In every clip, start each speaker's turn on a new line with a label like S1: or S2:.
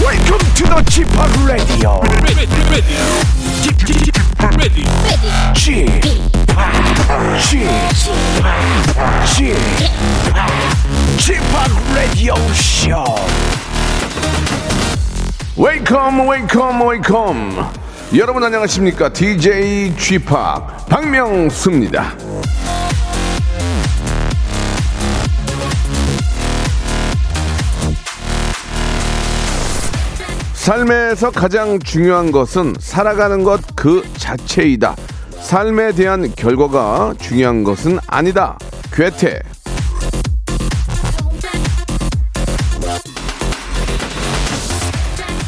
S1: Welcome to the Chip Radio.
S2: ready, ready, ready,
S1: Chip, Chip, Chip, Radio Show.
S3: 웨이컴 웨이컴 웨이컴 여러분 안녕하십니까 DJ g p 박명수입니다 삶에서 가장 중요한 것은 살아가는 것 그 자체이다 삶에 대한 결과가 중요한 것은 아니다 괴테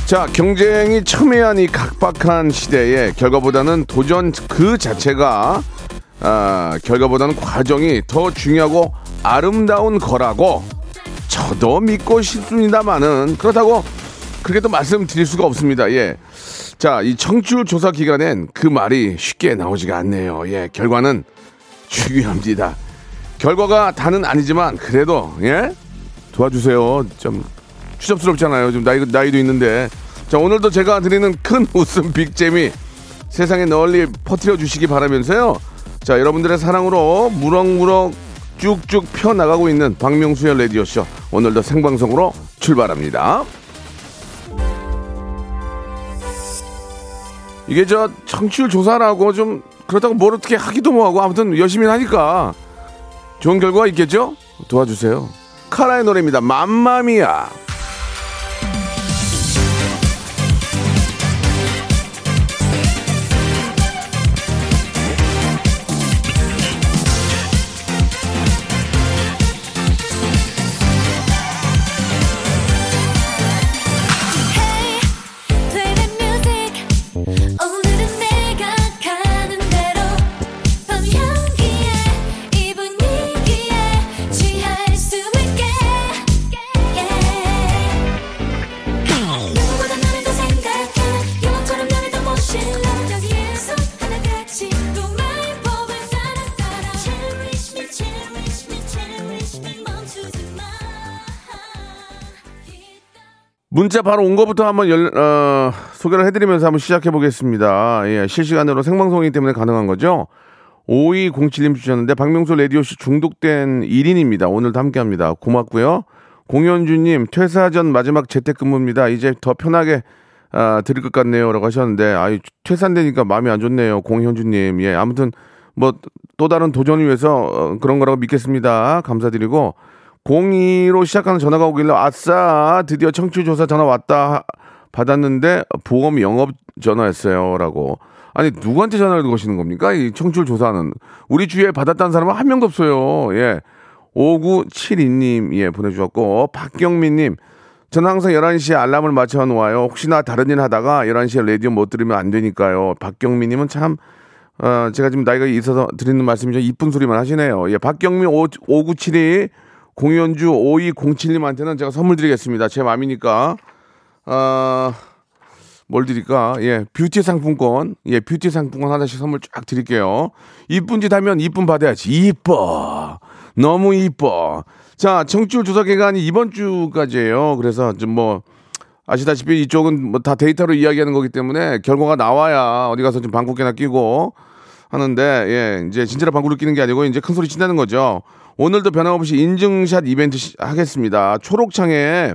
S3: 자, 경쟁이 첨예한 이 각박한 시대에 결과보다는 도전 그 자체가 아, 결과보다는 과정이 더 중요하고 아름다운 거라고 저도 믿고 싶습니다만은 그렇다고 그렇게 또 말씀드릴 수가 없습니다. 예. 자, 이 청취율 조사 기간엔 그 말이 쉽게 나오지가 않네요. 예, 결과는 중요합니다. 결과가 다는 아니지만 그래도 예 도와주세요. 좀 추접스럽잖아요. 좀 나이 나이도 있는데 자 오늘도 제가 드리는 큰 웃음 빅재미 세상에 널리 퍼뜨려 주시기 바라면서요. 자 여러분들의 사랑으로 무럭무럭 쭉쭉 펴 나가고 있는 박명수의 라디오 쇼 오늘도 생방송으로 출발합니다. 이게 저 청취율 조사라고 좀 그렇다고 뭘 어떻게 하기도 뭐하고 아무튼 열심히 하니까 좋은 결과가 있겠죠? 도와주세요. 카라의 노래입니다. 맘마미야.
S4: Hey, play the music. 오늘은 내가 가는 대로 밤 향기에 이 분위기에 취할 수 있게. 누구보다 나를 더 생각해. 영화처럼 나를 더 멋있는 여기에서 하나같이 또날 보면 따라 따라. Cherish me, cherish me, cherish me. 멈추지 마.
S3: 문자 바로 온 거부터 한번 열, 어, 소개를 해드리면서 한번 시작해 보겠습니다. 예, 실시간으로 생방송이기 때문에 가능한 거죠. 5207님 주셨는데 박명수 라디오씨 중독된 1인입니다. 오늘도 함께합니다. 고맙고요. 공현주님 퇴사 전 마지막 재택근무입니다. 이제 더 편하게 아, 들을 것 같네요라고 하셨는데 아유 퇴산되니까 마음이 안 좋네요. 공현주님 예 아무튼 뭐 또 다른 도전을 위해서 어, 그런 거라고 믿겠습니다. 감사드리고 02로 시작하는 전화가 오길래 아싸 드디어 청취조사 전화 왔다 하- 받았는데 보험 영업 전화였어요라고 아니 누구한테 전화를 거시는 겁니까 이 청취율 조사는 우리 주위에 받았다는 사람은 한 명도 없어요 예 5972님 예 보내주셨고 박경민님 저는 항상 11시에 알람을 맞춰 놓아요 혹시나 다른 일 하다가 11시에 라디오 못 들으면 안 되니까요 박경민님은 참 어, 제가 지금 나이가 있어서 드리는 말씀이죠. 이쁜 소리만 하시네요. 예, 박경민 5, 5972 공연주 5207님한테는 제가 선물 드리겠습니다. 제 마음이니까. 아, 뭘 드릴까? 예, 뷰티 상품권. 예, 뷰티 상품권 하나씩 선물 쫙 드릴게요. 이쁜 짓 하면 이쁨 받아야지. 이뻐. 너무 이뻐. 자, 청취율 조사 기간이 이번 주까지예요. 그래서 좀 뭐, 아시다시피 이쪽은 뭐 다 데이터로 이야기하는 거기 때문에 결과가 나와야 어디 가서 좀 방구깨나 끼고 하는데 예 이제 진짜로 방구를 끼는 게 아니고 이제 큰 소리 친다는 거죠. 오늘도 변함없이 인증샷 이벤트 시- 하겠습니다. 초록창에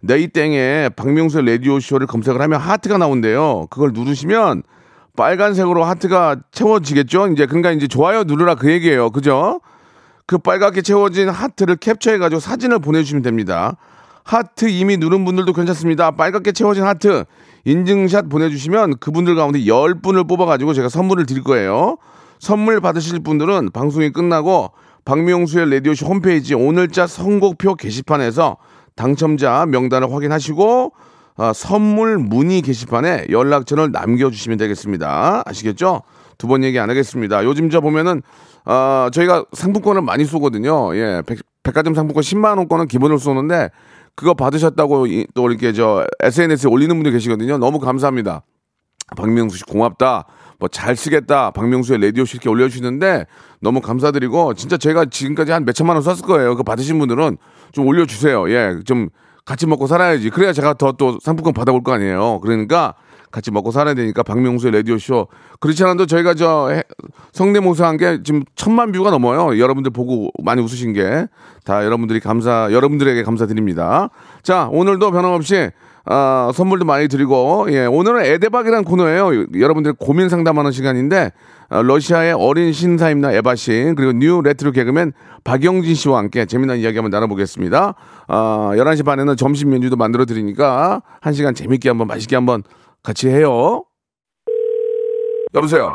S3: 네이땡에 박명수의 라디오 쇼를 검색을 하면 하트가 나온대요. 그걸 누르시면 빨간색으로 하트가 채워지겠죠. 이제 그러니까 이제 좋아요 누르라 그 얘기예요. 그죠? 그 빨갛게 채워진 하트를 캡처해가지고 사진을 보내주시면 됩니다. 하트 이미 누른 분들도 괜찮습니다. 빨갛게 채워진 하트 인증샷 보내주시면 그분들 가운데 10분을 뽑아가지고 제가 선물을 드릴 거예요. 선물 받으실 분들은 방송이 끝나고 박명수의 라디오쇼 홈페이지 오늘자 선곡표 게시판에서 당첨자 명단을 확인하시고 아, 선물 문의 게시판에 연락처를 남겨주시면 되겠습니다. 아시겠죠? 두 번 얘기 안 하겠습니다. 요즘 저 보면은 아, 저희가 상품권을 많이 쏘거든요. 예, 백, 백화점 상품권 10만 원권은 기본으로 쏘는데 그거 받으셨다고 이- 또 이렇게 저 SNS에 올리는 분들 계시거든요. 너무 감사합니다. 박명수 씨 고맙다. 뭐 잘 쓰겠다. 박명수의 라디오 씨 이렇게 올려주시는데 너무 감사드리고 진짜 제가 지금까지 한 몇 천만 원 썼을 거예요. 그거 받으신 분들은 좀 올려주세요. 예, 좀 같이 먹고 살아야지. 그래야 제가 더 또 상품권 받아올 거 아니에요. 그러니까 같이 먹고 살아야 되니까 박명수의 라디오쇼. 그렇지 않아도 저희가 저 해- 성대모사 한 게 지금 천만 뷰가 넘어요. 여러분들 보고 많이 웃으신 게 다 여러분들이 감사, 여러분들에게 감사드립니다. 자, 오늘도 변함없이 아, 선물도 많이 드리고, 예, 오늘은 에데박이라는 코너예요. 여러분들 고민 상담하는 시간인데, 아, 러시아의 어린 신사임당 에바신, 그리고 뉴 레트로 개그맨 박영진 씨와 함께 재미난 이야기 한번 나눠보겠습니다. 아, 11시 반에는 점심 메뉴도 만들어 드리니까, 한 시간 재밌게 한번 맛있게 한번 같이 해요. 여보세요.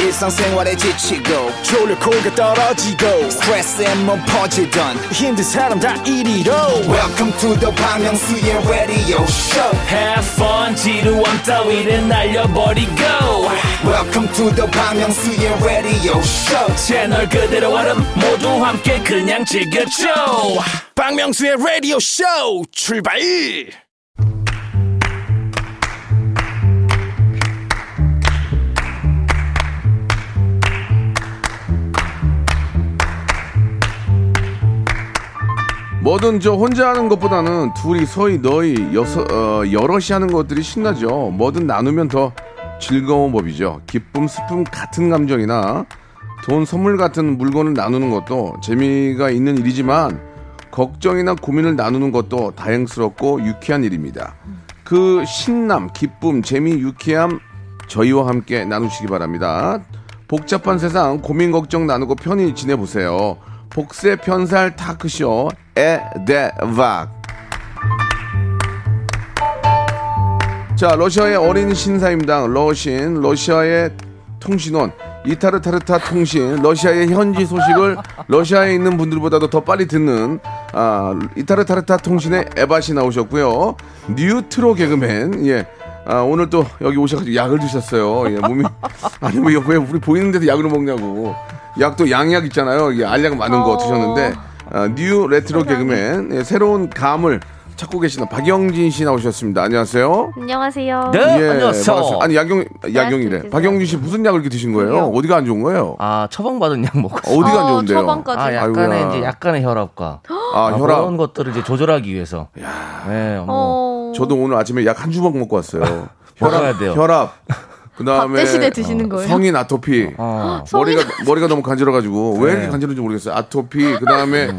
S5: 일상생활에 지치고, 졸려 코가 떨어지고, 스트레스에 몸 퍼지던, 힘든 사람 다 이리로. welcome to the Bang Myung-soo's radio show
S2: Have fun 지루함 따위를 날려버리고
S5: welcome to the Bang Myung-soo's radio show
S2: 채널 그대로 얼음 모두 함께 그냥 즐겨줘
S5: 박명수의 radio show 출발
S3: 뭐든 저 혼자 하는 것보다는 둘이 서이 너희 여서, 어, 여럿이 하는 것들이 신나죠. 뭐든 나누면 더 즐거운 법이죠. 기쁨, 슬픔 같은 감정이나 돈 선물 같은 물건을 나누는 것도 재미가 있는 일이지만 걱정이나 고민을 나누는 것도 다행스럽고 유쾌한 일입니다. 그 신남, 기쁨, 재미, 유쾌함 저희와 함께 나누시기 바랍니다. 복잡한 세상 고민 걱정 나누고 편히 지내보세요. 복세 편살 타크쇼 에데박 자, 러시아의 어린 신사임당 러신, 러시아의 통신원 이타르타르타 통신, 러시아의 현지 소식을 러시아에 있는 분들보다도 더 빨리 듣는 아, 이타르타르타 통신의 에바시 나오셨고요. 뉴트로 개그맨 예. 아, 오늘 또 여기 오셔가지고 약을 드셨어요. 예, 몸이 아니 왜, 왜 우리 보이는데도 약을 먹냐고. 약도 양약 있잖아요. 이게 알약 많은 거 드셨는데 아, 뉴 레트로 개그맨 예, 새로운 감을 찾고 계시는 박영진 씨 나오셨습니다. 안녕하세요.
S6: 네,
S7: 안녕하세요.
S3: 예, 반갑습니다. 아니 약용
S7: 네,
S3: 약용이래.
S7: 말씀
S3: 박영준 씨 무슨 약을 이렇게 드신 거예요?
S7: 저기요.
S3: 어디가 안 좋은 거예요?
S6: 아 처방받은 약 먹었어.
S3: 어디가
S7: 어,
S3: 안 좋은데요?
S7: 처방까지.
S6: 아
S3: 아이고야.
S6: 약간의 이제 약간의 혈압과
S3: 아,
S6: 아,
S3: 혈압.
S6: 그런 것들을 이제 조절하기 위해서. 네, 뭐
S7: 어.
S3: 저도 오늘 아침에 약 한 주먹 먹고 왔어요.
S6: 아, 먹어야 돼요.
S3: 혈압. 그다음에 어,
S7: 밥 대신에 드시는 거예요?
S3: 성인 아토피.
S6: 어.
S3: 머리가 머리가 너무 간지러가지고
S6: 네.
S3: 왜 이렇게 간지러운지 모르겠어요. 아토피. 그다음에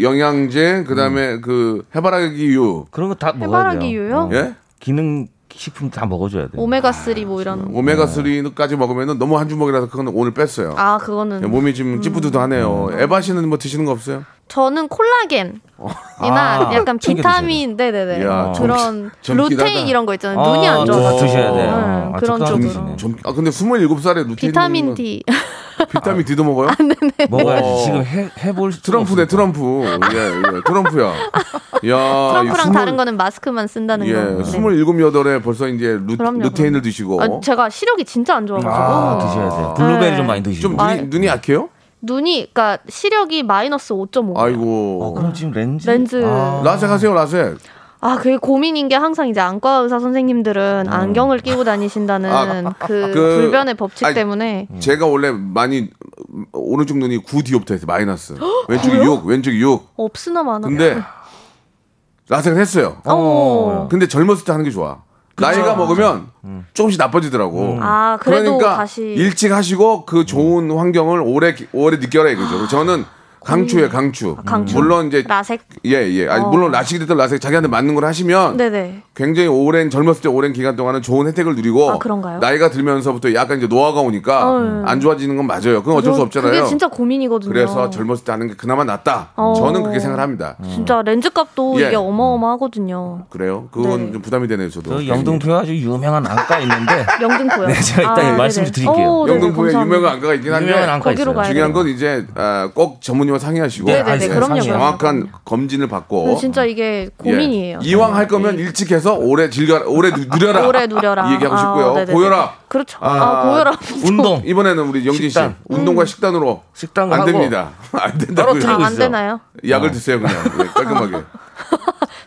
S3: 영양제. 그다음에 그 해바라기유.
S6: 그런 거 다 먹어야 돼요.
S7: 해바라기유요?
S3: 예?
S6: 기능 식품 다 먹어줘야 돼요.
S7: 오메가 3뭐
S6: 음.
S7: 이런.
S3: 오메가 3까지 먹으면 너무 한 주먹이라서 그건 오늘 뺐어요. 예,
S7: 아 그거는
S3: 몸이 지금 찌뿌드드하네요.
S6: 음.
S3: 에바 씨는 뭐 드시는 거 없어요?
S7: 저는 콜라겐. 이나
S6: 아,
S7: 약간
S6: 챙겨
S7: 비타민, 네네네
S3: 어.
S7: 뭐
S3: 이야,
S7: 그런
S3: 점- 점기다다.
S7: 루테인 이런 거 있잖아요. 뭐
S6: 아,
S7: 눈이 안
S6: 다
S7: 좋아서
S6: 드셔야 돼요.
S7: 네,
S6: 아,
S7: 그런
S6: 적당히
S7: 쪽으로.
S6: 드시네.
S3: 좀, 아 근데 27살에 루틴
S7: 비타민 아,
S3: 먹는 건-
S7: D.
S3: 비타민 D도 먹어요? 어.
S6: 먹어야지 지금 해 해볼 수가
S3: 트럼프네
S6: 없으니까.
S3: 트럼프 예, 예 트럼프야 야
S7: 트럼프랑 다른 거는 마스크만 쓴다는 거.
S3: 아, 예
S7: 네.
S3: 스물일곱 여덟에 벌써 이제 루,
S7: 그럼요,
S3: 루테인을 드시고
S7: 아, 제가 시력이 진짜 안 좋아가지고
S6: 아, 드셔야 돼요. 블루베리
S7: 네.
S6: 좀 많이 드시고.
S3: 좀
S7: 아,
S3: 눈이, 눈이 약해요?
S7: 눈이, 그러니까 시력이 마이너스 5.5.
S6: 어,
S3: 아이고
S6: 그럼 지금 렌즈.
S7: 렌즈.
S6: 아,
S3: 라섹 하세요 라섹
S7: 아, 그게 고민인 게 항상 이제 안과 의사 선생님들은 안경을 끼고 다니신다는
S3: 음. 아,
S7: 그,
S3: 그-
S7: 불변의 법칙
S3: 아니,
S7: 때문에
S6: 음.
S3: 제가 원래 많이 음, 오른쪽 눈이 9디옵터에서 마이너스 왼쪽이 6 왼쪽이 6
S7: 없으나 마나.
S3: 근데 라섹을 했어요
S7: 네. 어.
S3: 근데 젊었을 때 하는 게 좋아 나이가 먹으면
S7: 음.
S3: 조금씩 나빠지더라고.
S7: 아, 그래도
S3: 그러니까
S7: 다시-
S3: 일찍 하시고 그 좋은 환경을 오래 오래 느껴라 이거죠. 저는 강추예요, 강추.
S7: 아. 음. 강추.
S3: 물론 이제
S7: 라섹.
S3: 예, 예. 아니,
S7: 어.
S3: 물론 라식이 됐든 라섹 자기한테 맞는 걸 하시면
S7: 네네.
S3: 굉장히 오랜 젊었을 때 오랜 기간 동안은 좋은 혜택을 누리고
S7: 아, 그런가요?
S3: 나이가 들면서부터 약간 이제 노화가 오니까
S7: 어, 예.
S3: 안 좋아지는 건 맞아요. 그건 어쩔 수
S7: 그거-
S3: 없잖아요.
S7: 그게 진짜 고민이거든요.
S3: 그래서 젊었을 때 하는 게 그나마 낫다.
S7: 어. 음.
S3: 저는 그렇게 생각합니다. 을
S7: 진짜 렌즈 값도
S3: 예.
S7: 이게 어마어마하거든요.
S3: 그래요? 그건
S7: 네.
S3: 좀 부담이 되네요, 저도.
S6: 그 영등포에 아주 유명한 안가 있는데
S7: 영등포요.
S6: 네, 제가 이따 말씀을 드릴게요.
S7: 오, 네네,
S3: 영등포에
S7: 감사합니다.
S3: 유명한 그 안가가 있긴 한데
S6: 유명한 안가
S7: 거기로
S6: 있어요.
S7: 가야
S3: 중요한 건 이제 아, 꼭 전문의와 상의하시고
S7: 네네네,
S6: 아, 세상에.
S7: 그럼요. 그럼요.
S3: 정확한 검진을
S7: 근데
S3: 받고
S7: 진짜 이게 고민이에요. 네.
S3: 예. 뭐? 이왕 할 거면 일찍 해서 오래 즐겨 오래 누- 누려라.
S7: 오래 누려라.
S3: 이 얘기하고
S7: 아,
S3: 싶고요.
S7: 네네네.
S3: 고혈압
S7: 그렇죠. 아,
S3: 아,
S7: 고혈압.
S6: 운동
S3: 이번에는 우리 영진 씨
S6: 식단.
S3: 운동과 식단으로
S6: 식당
S3: 안
S6: 하고
S3: 됩니다. 안 된다고요.
S6: 떨어뜨리고
S7: 아, 안
S6: 있어요.
S7: 되나요?
S3: 약을 드세요 그냥 네, 깔끔하게.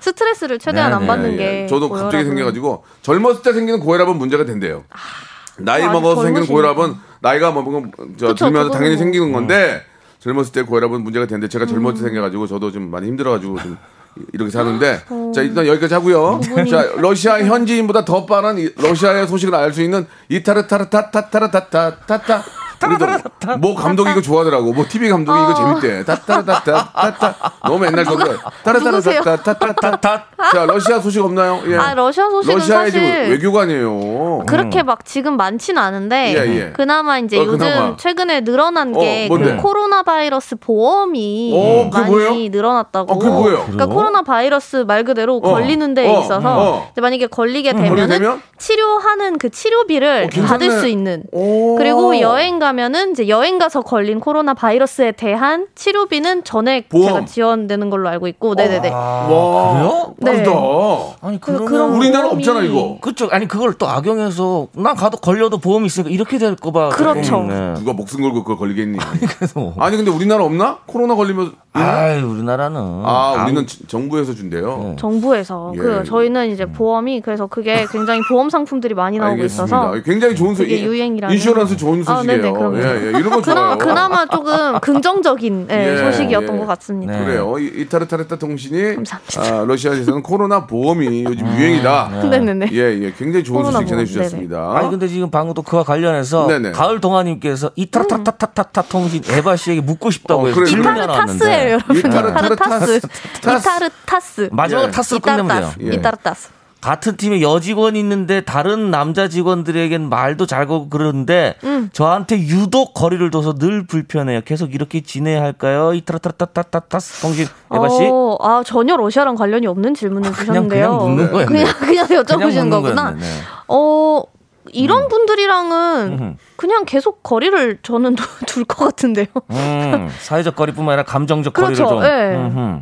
S7: 스트레스를 최대한
S6: 네네.
S7: 안 받는
S3: 예,
S7: 게.
S3: 예. 저도 갑자기
S7: 고혈압은.
S3: 생겨가지고 젊었을 때 생기는 고혈압은 문제가 된대요. 나이
S7: 아주
S3: 먹어서 생기는
S7: 젊으시니까.
S3: 고혈압은 나이가 먹으면 저
S7: 그쵸,
S3: 들면서 당연히
S7: 그거는 뭐.
S3: 생기는 건데 젊었을 때 고혈압은 문제가 되는데 제가 젊었을 때 생겨가지고 저도 좀 많이 힘들어가지고 좀 이렇게 사는데 자 일단 여기까지 하고요. 자 러시아 현지인보다 더 빠른 이- 러시아의 소식을 알 수 있는 이타르타르타타타타타타타타 우리도 뭐 감독이 이거 좋아하더라고. 뭐 TV 감독이 이거 재밌대. 타타르타타타타 너무 옛날 건데.
S7: 누구세요?
S3: 아, 타타타타타타타타 자 러시아 소식 없나요? 예.
S7: 아, 러시아 소식은
S3: 러시아의
S7: 사실.
S3: 지금 외교관이에요.
S7: 그렇게 막 지금 많진 않은데
S3: 음. 예, 예.
S7: 그나마 이제
S3: 어,
S7: 요즘
S3: 그나마.
S7: 최근에 늘어난
S3: 어,
S7: 게
S3: 뭔데?
S7: 그 코로나 바이러스 보험이
S3: 어, 그게
S7: 많이
S3: 뭐예요?
S7: 늘어났다고.
S3: 어, 그게 뭐예요?
S7: 러니까
S6: 그래요?
S7: 코로나 바이러스 말 그대로
S3: 어,
S7: 걸리는 데
S3: 어,
S7: 있어서
S3: 어.
S7: 이제 만약에 걸리게
S3: 걸리게
S7: 되면은
S3: 되면?
S7: 치료하는 그 치료비를
S3: 어, 괜찮네.
S7: 받을 수 있는
S3: 오.
S7: 그리고 여행 가면은 이제 여행 가서 걸린 코로나 바이러스에 대한 치료비는 전액
S3: 보험. 어. 아.
S7: 제가 지원되는 걸로 알고 있고 네네네.
S3: 와
S6: 아, 그래요?
S7: 네.
S3: 빠르다.
S6: 아니
S7: 그-
S6: 그러면
S7: 그런
S3: 우리나라
S7: 보험이-
S3: 없잖아 이거.
S6: 그쪽 아니 그걸 또 악용해서 난 가도 걸려도 보험이 있으니까 이렇게 될거 봐.
S7: 그렇죠.
S6: 네.
S3: 누가 목숨 걸고 그걸 걸리겠니?
S6: 그래서 뭐.
S3: 아니 근데 우리나라 없나? 코로나 걸리면 아,
S6: 아이 아, 네. 우리나라는
S3: 우리는 지- 정부에서 준대요.
S7: 네. 정부에서
S3: 예.
S7: 그 저희는 이제 보험이 그래서 그게 굉장히 보험 상품들이 많이 나오고 있어서
S3: 예, 굉장히 좋은 소식.
S7: 그게 유행이라는-
S3: 인슈런스 좋은
S7: 아, 네네,
S3: 소식이에요.
S7: 그럼요.
S3: 예, 예, 이런 거
S7: 그나마,
S3: 좋아요.
S7: 그나마 조금 긍정적인 예,
S3: 예,
S7: 소식이었던
S3: 예.
S7: 것 같습니다.
S6: 네.
S3: 그래요. 이- 이타르타르타 통신이
S7: 감사합니다.
S3: 아, 러시아에서는 코로나 보험이 요즘 유행이다.
S7: 네네네.
S3: 예, 예, 굉장히 좋은
S7: 코로나
S3: 소식
S7: 보험,
S3: 전해주셨습니다.
S6: 네, 아니 근데 지금 방금 또 그와 관련해서
S3: 네네.
S6: 가을 동아님께서 이타르타타타타 통신 에바 씨에게 묻고
S3: 어,
S6: 싶다고 해서
S3: 그래요.
S6: 질문이 하나
S7: 타르타스예요,
S6: 왔는데
S7: 여러분.
S3: 이타르타르
S7: 타르타스.
S3: 타스.
S7: 이타르타스.
S6: 마지막
S3: 예.
S6: 타스로 끝내면 돼요.
S7: 이타르타스.
S3: 돼요. 예.
S7: 이타르타스.
S6: 같은 팀에 여직원이 있는데 다른 남자 직원들에겐 말도 잘 거고 그러는데
S7: 음.
S6: 저한테 유독 거리를 둬서 늘 불편해요. 계속 이렇게 지내야 할까요? 이타르타타타타타스 통신 에바 씨.
S7: 어, 아, 전혀 러시아랑 관련이 없는 질문을
S6: 그냥
S7: 주셨는데요.
S6: 그냥 묻는 거예요.
S7: 그냥, 그냥 여쭤보시는
S6: 묻는
S7: 거구나.
S6: 거였네, 음. 네.
S7: 어, 이런 분들이랑은 그냥 계속 거리를 저는 둘 것 같은데요.
S6: 음, 사회적 거리뿐만 아니라 감정적
S7: 그렇죠,
S6: 거리를 좀.
S7: 예.
S6: 음흠.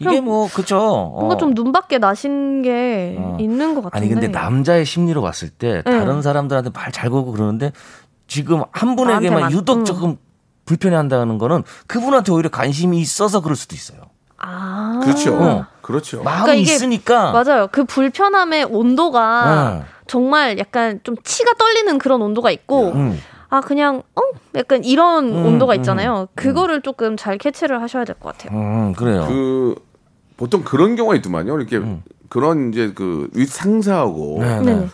S6: 이게
S7: 그냥
S6: 뭐 그죠.
S7: 뭔가
S6: 어.
S7: 좀 눈밖에 나신 게
S6: 어.
S7: 있는 것 같은데.
S6: 아니
S7: 예.
S6: 근데 남자의 심리로 봤을 때 다른 사람들한테 말 잘 걸고 그러는데 지금 한 분에게만
S7: 나한테만,
S6: 유독
S7: 음.
S6: 조금 불편해한다는 거는 그분한테 오히려 관심이 있어서 그럴 수도 있어요.
S7: 아.
S3: 그렇죠.
S6: 어.
S3: 그렇죠.
S6: 마음이
S7: 그러니까 이게
S6: 있으니까.
S7: 맞아요. 그 불편함의 온도가
S6: 네.
S7: 정말 약간 좀 치가 떨리는 그런 온도가 있고
S6: 음.
S7: 아 그냥 어 약간 이런
S6: 음,
S7: 온도가
S6: 음.
S7: 있잖아요. 그거를 조금 잘 캐치를 하셔야 될 것 같아요.
S6: 음, 그래요.
S3: 그 보통 그런 경우가 있더만요. 이렇게 그런 이제 그 윗상사하고
S6: 음.
S3: 그
S6: 네, 네.
S7: 네네.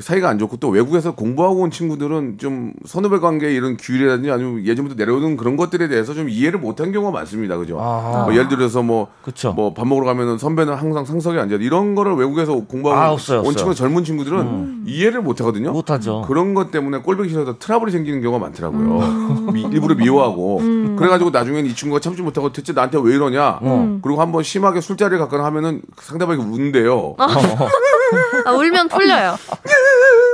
S3: 사이가 안 좋고 또 외국에서 공부하고 온 친구들은 좀 선후배 관계 이런 규율이라든지 아니면 예전부터 내려오는 그런 것들에 대해서 좀 이해를 못한 경우가 많습니다. 그죠?
S6: 아.
S3: 뭐 예를 들어서 뭐
S6: 그쵸.
S3: 뭐 밥 먹으러 가면은 선배는 항상 상석에 앉아 이런 거를 외국에서 공부하고
S6: 아, 없어요,
S3: 온
S6: 음. 없어요.
S3: 친구 젊은 친구들은 이해를 못 하거든요.
S6: 못하죠.
S3: 어. 그런 것 때문에 꼴보기 싫어서 트러블이 생기는 경우가 많더라고요.
S6: 음.
S3: 미- 일부러 미워하고 그래가지고 나중엔 이 친구가 참지 못하고 대체 나한테 왜 이러냐.
S6: 어.
S3: 그리고 한번 심하게 술자리를 갔거나 하면은 상대방이 운대요.
S7: 아 울면 풀려요.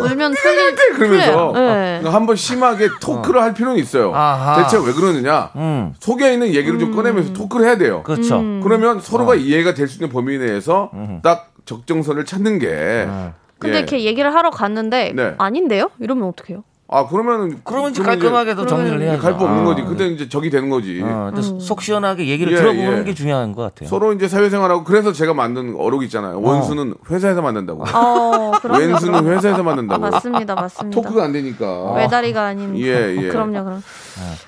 S7: 울면 풀리
S3: 그러면서 아, 그러니까
S7: 풀려요. 네.
S3: 한번 심하게 토크를 할 필요는 있어요.
S6: 예. 어. 아하.
S3: 대체 왜 그러느냐?
S6: 음.
S3: 속에 있는 얘기를 좀 꺼내면서 토크를 해야 돼요.
S6: 그렇죠.
S7: 음.
S3: 그러면 서로가 이해가 될 수 있는 범위 내에서 딱 적정선을 찾는 게.
S6: 네.
S7: 근데
S3: 예.
S7: 이렇게 얘기를 하러 갔는데
S3: 네.
S7: 아닌데요? 이러면 어떡해요?
S3: 아 그러면
S6: 그러면 이제 깔끔하게도 정리를 해야죠.
S3: 갈부 없는
S6: 아,
S3: 거지. 그때 이제 적이 되는 거지.
S6: 어, 근데
S7: 음.
S6: 속 시원하게 얘기를
S3: 예,
S6: 들어보는
S3: 예.
S6: 게 중요한 것 같아요.
S3: 서로 이제 사회생활하고 그래서 제가 만든 어록 있잖아요. 원수는 회사에서 만든다고.
S7: 어, 그럼요.
S3: 아, 왼수는
S7: 그럼요.
S3: 회사에서 만든다고.
S7: 아, 맞습니다, 맞습니다.
S3: 토크가 안 되니까.
S7: 외다리가 아닌. 어,
S3: 예, 예.
S7: 그럼요, 그럼.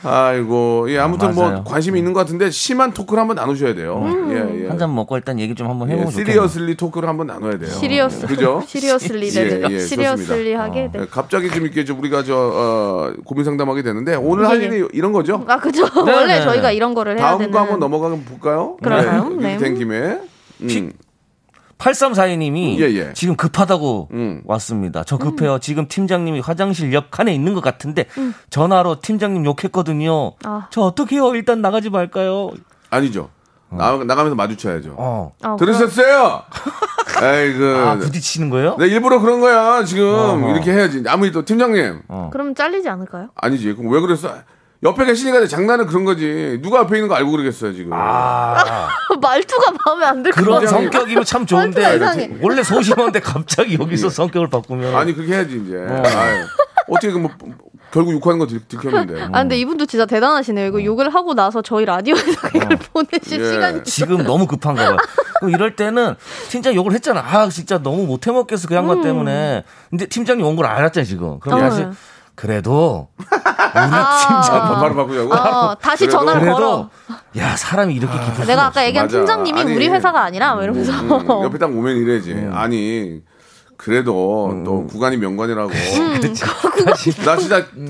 S3: 아이고 예 아무튼 뭐
S6: 맞아요.
S3: 관심이 있는 것 같은데 심한 토크를 한번 나누셔야 돼요. 예 예.
S6: 한 잔 먹고 일단 얘기 좀 한번 해보면
S3: 예,
S6: 좋겠네요.
S3: 시리어슬리 토크를 한번 나눠야 돼요.
S7: 시리어스.
S3: 그죠?
S7: 시리어슬리.
S3: 예,
S7: 네,
S3: 예,
S7: 시리어슬리
S3: 좋습니다.
S7: 하게. 네.
S3: 예, 갑자기 좀 이렇게 좀 우리가 저 어, 고민 상담하게 되는데 오늘 할 일이 이런 거죠?
S7: 아 그죠.
S3: 네,
S7: 원래
S3: 네.
S7: 저희가 이런 거를 해야
S3: 다음
S7: 되는.
S3: 거 한번 넘어가 볼까요?
S7: 그러나요?
S3: 네. 이렇게
S7: 네.
S3: 된 김에 음.
S6: 8342님이
S3: 예, 음. 예.
S6: 지금 급하다고 왔습니다. 저 급해요.
S7: 음.
S6: 지금 팀장님이 화장실 옆 칸에 있는 것 같은데 전화로 팀장님 욕했거든요.
S7: 아.
S6: 저 어떻게 해요? 일단 나가지 말까요?
S3: 아니죠. 나, 나가면서 마주쳐야죠.
S6: 어.
S7: 어,
S3: 들으셨어요? 아이고. 그
S6: 아, 부딪히는 거예요?
S3: 네, 일부러 그런 거야. 지금
S6: 어허. 어.
S3: 이렇게 해야지. 아무리 또 팀장님
S7: 그럼- 그럼 잘리지 않을까요?
S3: 아니지. 그럼 왜 그랬어? 옆에 계시니까 장난은 그런 거지. 누가 앞에 있는 거 알고 그러겠어요 지금.
S6: 아,
S7: 말투가 마음에 안 들. 것
S6: 그런
S7: 같아요.
S6: 성격이면 참
S7: 완전
S6: 좋은데
S7: 이상해.
S6: 원래 소심한데 갑자기 여기서 성격을 바꾸면
S3: 예. 아니 그렇게 해야지 이제.
S6: 네.
S3: 아유. 어떻게 그뭐 결국 욕하는 거 들,
S6: 어.
S3: 들켰는데.
S7: 아 근데 이분도 진짜 대단하시네요. 이거 욕을 하고 나서 저희 라디오에서 이걸 보내실
S3: 예.
S7: 시간이
S6: 지금 너무 급한가 봐요. 그럼 이럴 때는 팀장 욕을 했잖아. 아, 진짜 너무 못해 먹겠어. 그 양반 때문에. 근데 팀장이 온 걸 알았잖아, 지금. 그럼
S7: 음. 어.
S6: 다시 그래도
S7: 아,
S3: 바로 바꾸자고.
S7: 어, 다시
S3: 그래도-
S7: 전화를 걸어.
S6: 그래도 야, 사람이 이렇게 깊을 수가
S7: 내가
S6: 없어.
S7: 아까 얘기한
S3: 맞아.
S7: 팀장님이
S3: 아니,
S7: 우리 회사가 아니라 뭐 이러면서
S3: 음, 옆에 딱 오면 이래지. 아니 그래도 또 구간이 명관이라고. 나 진짜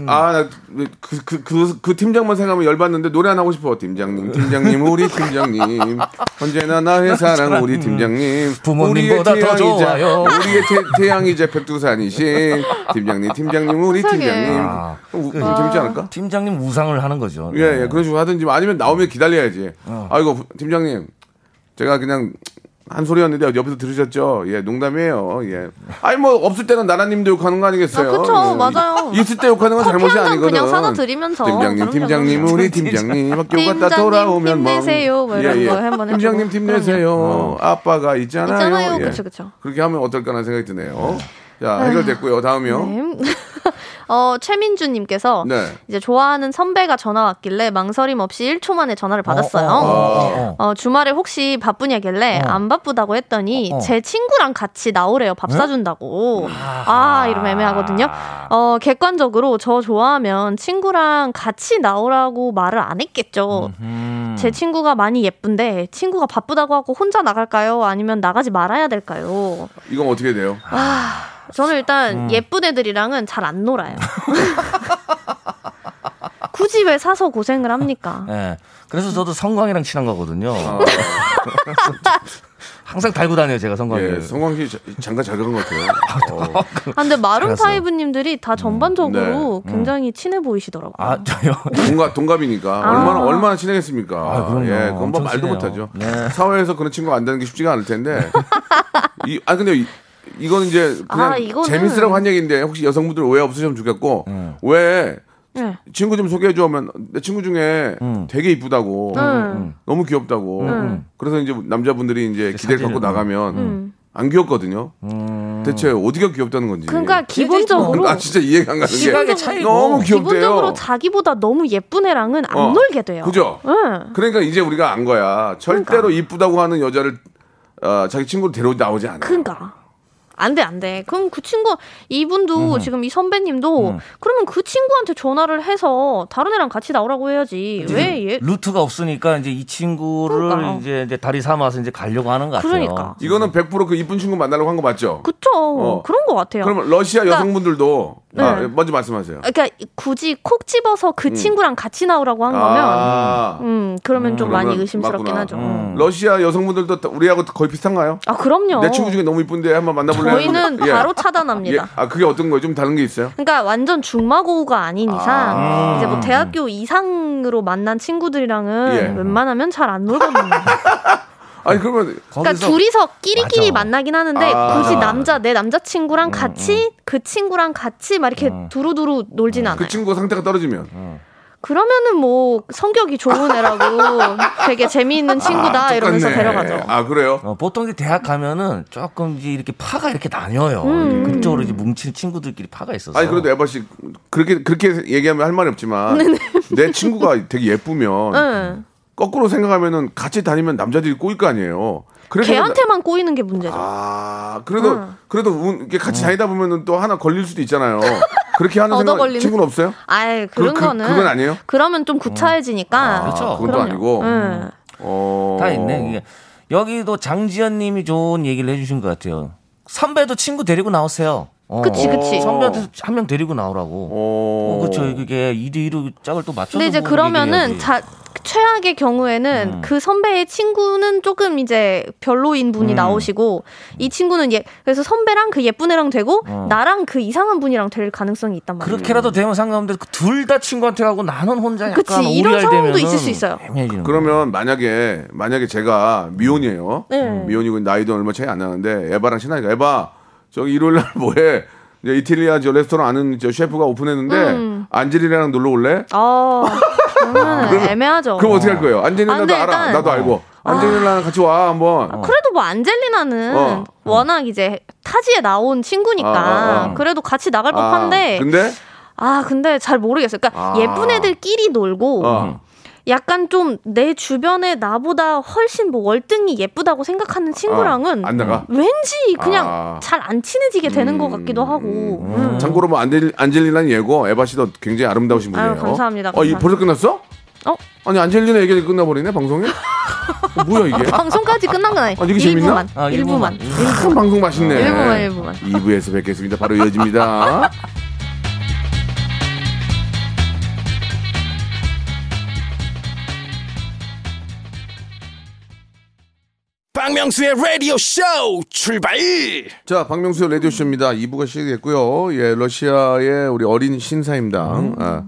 S3: 아그그그 그, 그- 그 팀장만 생각하면 열받는데 노래 안 하고 싶어 팀장님 팀장님 우리 팀장님 언제나 나의 사랑 우리 팀장님
S6: 부모님보다
S3: 우리의
S6: 더
S3: 태양이자-
S6: 좋아요.
S3: 우리의 태, 양이자 백두산이신 팀장님 팀장님 우리
S7: 세상에.
S3: 팀장님 우, 재밌지 않을까?
S6: 팀장님 우상을 하는 거죠. 네.
S3: 예, 예, 그런 식으로 하든지, 뭐 아니면 나오면 기다려야지. 아이고, 팀장님. 제가 그냥 한 소리였는데 옆에서 들으셨죠? 예, 농담이에요. 예. 아니, 뭐, 없을 때는 나라님도 욕하는 거 아니겠어요?
S7: 아, 그쵸.
S3: 예.
S7: 맞아요.
S3: 있을 때 욕하는 건
S7: 커피
S3: 잘못이
S7: 한잔
S3: 아니거든.
S7: 그냥 사다 드리면서.
S3: 팀장님,
S7: 그럼요,
S3: 팀장님,
S7: 그럼요.
S3: 우리 팀장님. 학교 갔다
S7: 팀장님,
S3: 돌아오면 뭐.
S7: 힘내세요. 뭐 이런 거 한번 해보고.
S3: 팀장님, 힘내세요. 아빠가 있잖아요. 예.
S7: 있잖아요. 그쵸, 그쵸.
S3: 그렇게 하면 어떨까라는 생각이 드네요. 자, 해결됐고요. 다음이요.
S7: 네. 어, 최민주님께서
S3: 네.
S7: 이제 좋아하는 선배가 전화 왔길래 망설임 없이 1초 만에 전화를 받았어요.
S6: 어,
S7: 어,
S3: 아.
S6: 어, 어.
S7: 주말에 혹시 바쁘냐길래 안 바쁘다고 했더니
S6: 어, 네? 어.
S7: 제 친구랑 같이 나오래요. 밥 사준다고. 아, 이러면 애매하거든요. 어, 객관적으로 저 좋아하면 친구랑 같이 나오라고 말을 안 했겠죠. 제 친구가 많이 예쁜데 친구가 바쁘다고 하고 혼자 나갈까요? 아니면 나가지 말아야 될까요? 아,
S3: 이건 어떻게 돼요?
S6: 아,
S7: 저는 일단
S6: 음.
S7: 예쁜 애들이랑은 잘 안 놀아요. 굳이 왜 사서 고생을 합니까?
S6: 예. 그래서 저도 성광이랑 친한 거거든요.
S3: 아.
S6: 항상 달고 다녀요, 제가 성광이를.
S3: 예, 성광 씨 자- 잠깐 잘 그런 것 같아요. 어.
S7: 아, 근데 마룬파이브님들이 다 전반적으로
S3: 음. 네.
S7: 굉장히 친해 보이시더라고요.
S6: 아, 저요?
S3: 동갑 동갑이니까
S7: 아.
S3: 얼마나 얼마나 친하겠습니까?
S6: 아, 그럼요.
S3: 예, 그건 뭐
S6: 엄청
S3: 말도
S6: 친해요.
S3: 못하죠.
S6: 네.
S3: 사회에서 그런 친구 가 안다는 게 쉽지가 않을 텐데. 이, 아 근데 이, 건 이제 그냥
S7: 아, 이거는-
S3: 재밌으라고 한 얘기인데 혹시 여성분들 오해 없으셨으면 좋겠고
S6: 음.
S3: 왜
S7: 네.
S3: 친구 좀 소개해 주면 내 친구 중에
S6: 음.
S3: 되게 이쁘다고
S7: 음.
S3: 너무 귀엽다고 그래서 이제 남자분들이 이제 기대를
S6: 음.
S3: 갖고 나가면
S7: 음.
S3: 안 귀엽거든요. 대체 어디가 귀엽다는 건지.
S7: 그러니까 기본적으로
S3: 예. 아 진짜 이해가 안 가는 게
S6: 시각의 차이고.
S3: 너무 귀엽대요.
S7: 기본적으로 자기보다 너무 예쁜 애랑은 안
S3: 어,
S7: 놀게 돼요. 예.
S3: 그죠?
S7: 응.
S3: 그러니까 이제 우리가 안 거야. 절대로
S7: 그러니까.
S3: 이쁘다고 하는 여자를 어, 자기 친구로 데려 나오지 않아.
S7: 그러니까 안 돼 안 돼. 그럼 그 친구 이분도 지금 이 선배님도
S3: 음.
S7: 그러면 그 친구한테 전화를 해서 다른 애랑 같이 나오라고
S3: 음.
S7: 해야지. 왜 얘?
S6: 루트가 없으니까 이제 이 친구를
S7: 그러니까.
S6: 이제, 이제 다리 삼아서 이제 가려고 하는 것 같아요.
S7: 그러니까.
S3: 이거는 100%그 이쁜 친구 만나려고 한 거 맞죠? 그,
S7: 그쵸.
S3: 음. 어.
S7: 그런 것 같아요.
S3: 러면 러시아
S7: 그러니까-
S3: 여성분들도 아,
S7: 네.
S3: 먼저 말씀하세요.
S7: 그러니까 굳이 콕 집어서 그 친구랑 같이 나오라고 한 거면
S3: 음. 아,
S7: 음 그러면 좀 많이
S3: 그러면
S7: 의심스럽긴
S3: 맞구나. 음.
S7: 하죠.
S3: 러시아 여성분들도 다 우리하고 거의 비슷한가요?
S7: 음. 아 그럼요.
S3: 내 친구 중에 너무 이쁜데 한번 만나볼래요?
S7: 저희는
S3: 예.
S7: 바로
S3: 예.
S7: 차단합니다.
S3: 아 그게 어떤 거예요? 좀 다른 게 있어요?
S7: 그러니까 완전 중마고우가 아닌 이상 이제 뭐 대학교 이상으로 만난 친구들이랑은
S3: 예.
S7: 웬만하면 잘 안 놀거든요.
S3: 아니 그러면
S7: 그러니까 둘이서 끼리끼리
S6: 맞아.
S7: 만나긴 하는데
S3: 아. 음,
S7: 굳이 남자 내 남자친구랑 같이 그 친구랑 같이 막 이렇게 두루두루 놀진 않아요.
S3: 그 친구 상태가 떨어지면
S7: 그러면은 뭐 성격이 좋은 애라고 되게 재미있는 친구다 이러면서
S3: 똑같네.
S7: 데려가죠.
S3: 아 그래요?
S6: 어, 보통 이제 대학 가면은 조금 이제 이렇게 파가 이렇게 나뉘어요.
S7: 음.
S6: 그쪽으로 이제 뭉친 친구들끼리 파가 있어서.
S3: 아니 그래도 에바 씨 그렇게 그렇게 얘기하면 할 말이 없지만 내 친구가 되게 예쁘면
S7: 네, 응.
S3: 거꾸로 생각하면은 같이 다니면 남자들이 꼬일 거 아니에요. 그래서
S7: 걔한테만 꼬이는 게 문제죠.
S3: 아 그래도 그래도 운, 이렇게 같이 다니다 보면은 또 하나 걸릴 수도 있잖아요. 그렇게 하는
S7: 얻어
S3: 생각
S7: 걸리는?
S3: 친구는 없어요?
S7: 아이 그런
S3: 그-
S7: 거는
S3: 그건 아니에요? 음. 아.
S7: 그러면 좀 구차해지니까.
S6: 그렇죠.
S3: 그건 또
S7: 그럼요.
S3: 아니고.
S7: 응.
S3: 어...
S6: 다 있네. 이게. 여기도 장지연 님이 좋은 얘기를 해주신 것 같아요. 선배도 친구 데리고 나오세요.
S7: 그치, 그치.
S6: 선배한테 한 명 데리고 나오라고. 어, 그렇죠. 그게 2대2로 짝을 또 맞춰서.
S7: 근데 이제
S6: 뭐
S7: 그러면은
S6: 얘기해야지.
S7: 자 최악의 경우에는
S3: 음.
S7: 그 선배의 친구는 조금 이제 별로인
S3: 음.
S7: 분이 나오시고 이 친구는 예 그래서 선배랑 그 예쁜 애랑 되고
S6: 어.
S7: 나랑 그 이상한 분이랑 될 가능성이 있단 말이에요.
S6: 그렇게라도 되면 상관없는데 둘 다 친구한테 가고 나는 혼자 약간
S7: 그치, 이런
S6: 오리알
S7: 상황도
S6: 되면은
S7: 있을 수 있어요.
S6: 애매해지는 거예요.
S3: 음. 그러면 만약에 만약에 제가 미혼이에요.
S7: 네.
S3: 미혼이고 나이도 얼마 차이 안 나는데 에바랑 친하니까 에바 저기 일요일 날 뭐해? 이제 이탈리아 저 레스토랑 아는 저 셰프가 오픈했는데
S7: 음.
S3: 안젤이랑 놀러 올래?
S7: 어 그러면 애매하죠.
S3: 그럼 어떻게 할 거예요? 안젤이나
S7: 아,
S3: 나도
S7: 근데
S3: 알아.
S7: 일단-
S3: 나도 알고. 안젤이랑 같이 와 한번.
S7: 그래도 뭐 안젤리나는
S3: 어.
S7: 워낙 이제 타지에 나온 친구니까
S3: 아, 아, 아.
S7: 그래도 같이 나갈
S3: 아,
S7: 법한데
S3: 근데
S7: 아 근데 잘 모르겠어요. 그러니까
S3: 아.
S7: 예쁜 애들끼리 놀고
S3: 어.
S7: 약간 좀 내 주변에 나보다 훨씬 뭐 월등히 예쁘다고 생각하는 친구랑은
S3: 아, 안 나가?
S7: 왠지 그냥
S3: 아.
S7: 잘 안 친해지게 되는 것 같기도 하고. 음.
S3: 참고로 뭐 안젤 안젤리나는 예고 에바 씨도 굉장히 아름다우신 분이에요.
S7: 아유, 감사합니다.
S3: 어, 이
S7: 감사합니다.
S3: 벌써 끝났어?
S7: 어?
S3: 아니 안젤리나 얘기 끝나버리네 방송이? 어, 뭐야 이게?
S7: 방송까지 끝난 건 아니에요.
S3: 아, 이게 재밌나?
S7: 일부만.
S6: 아, 일부만.
S7: 일부만.
S3: 참 방송 맛있네.
S7: 일부만, 일부만.
S3: 2부에서 뵙겠습니다. 바로 이어집니다.
S1: 박명수의 라디오 쇼 출발
S3: 자, 박명수의 라디오쇼입니다. 2부가 시작됐고요. 예, 러시아의 우리 어린 신사임당,
S7: 음.
S3: 아,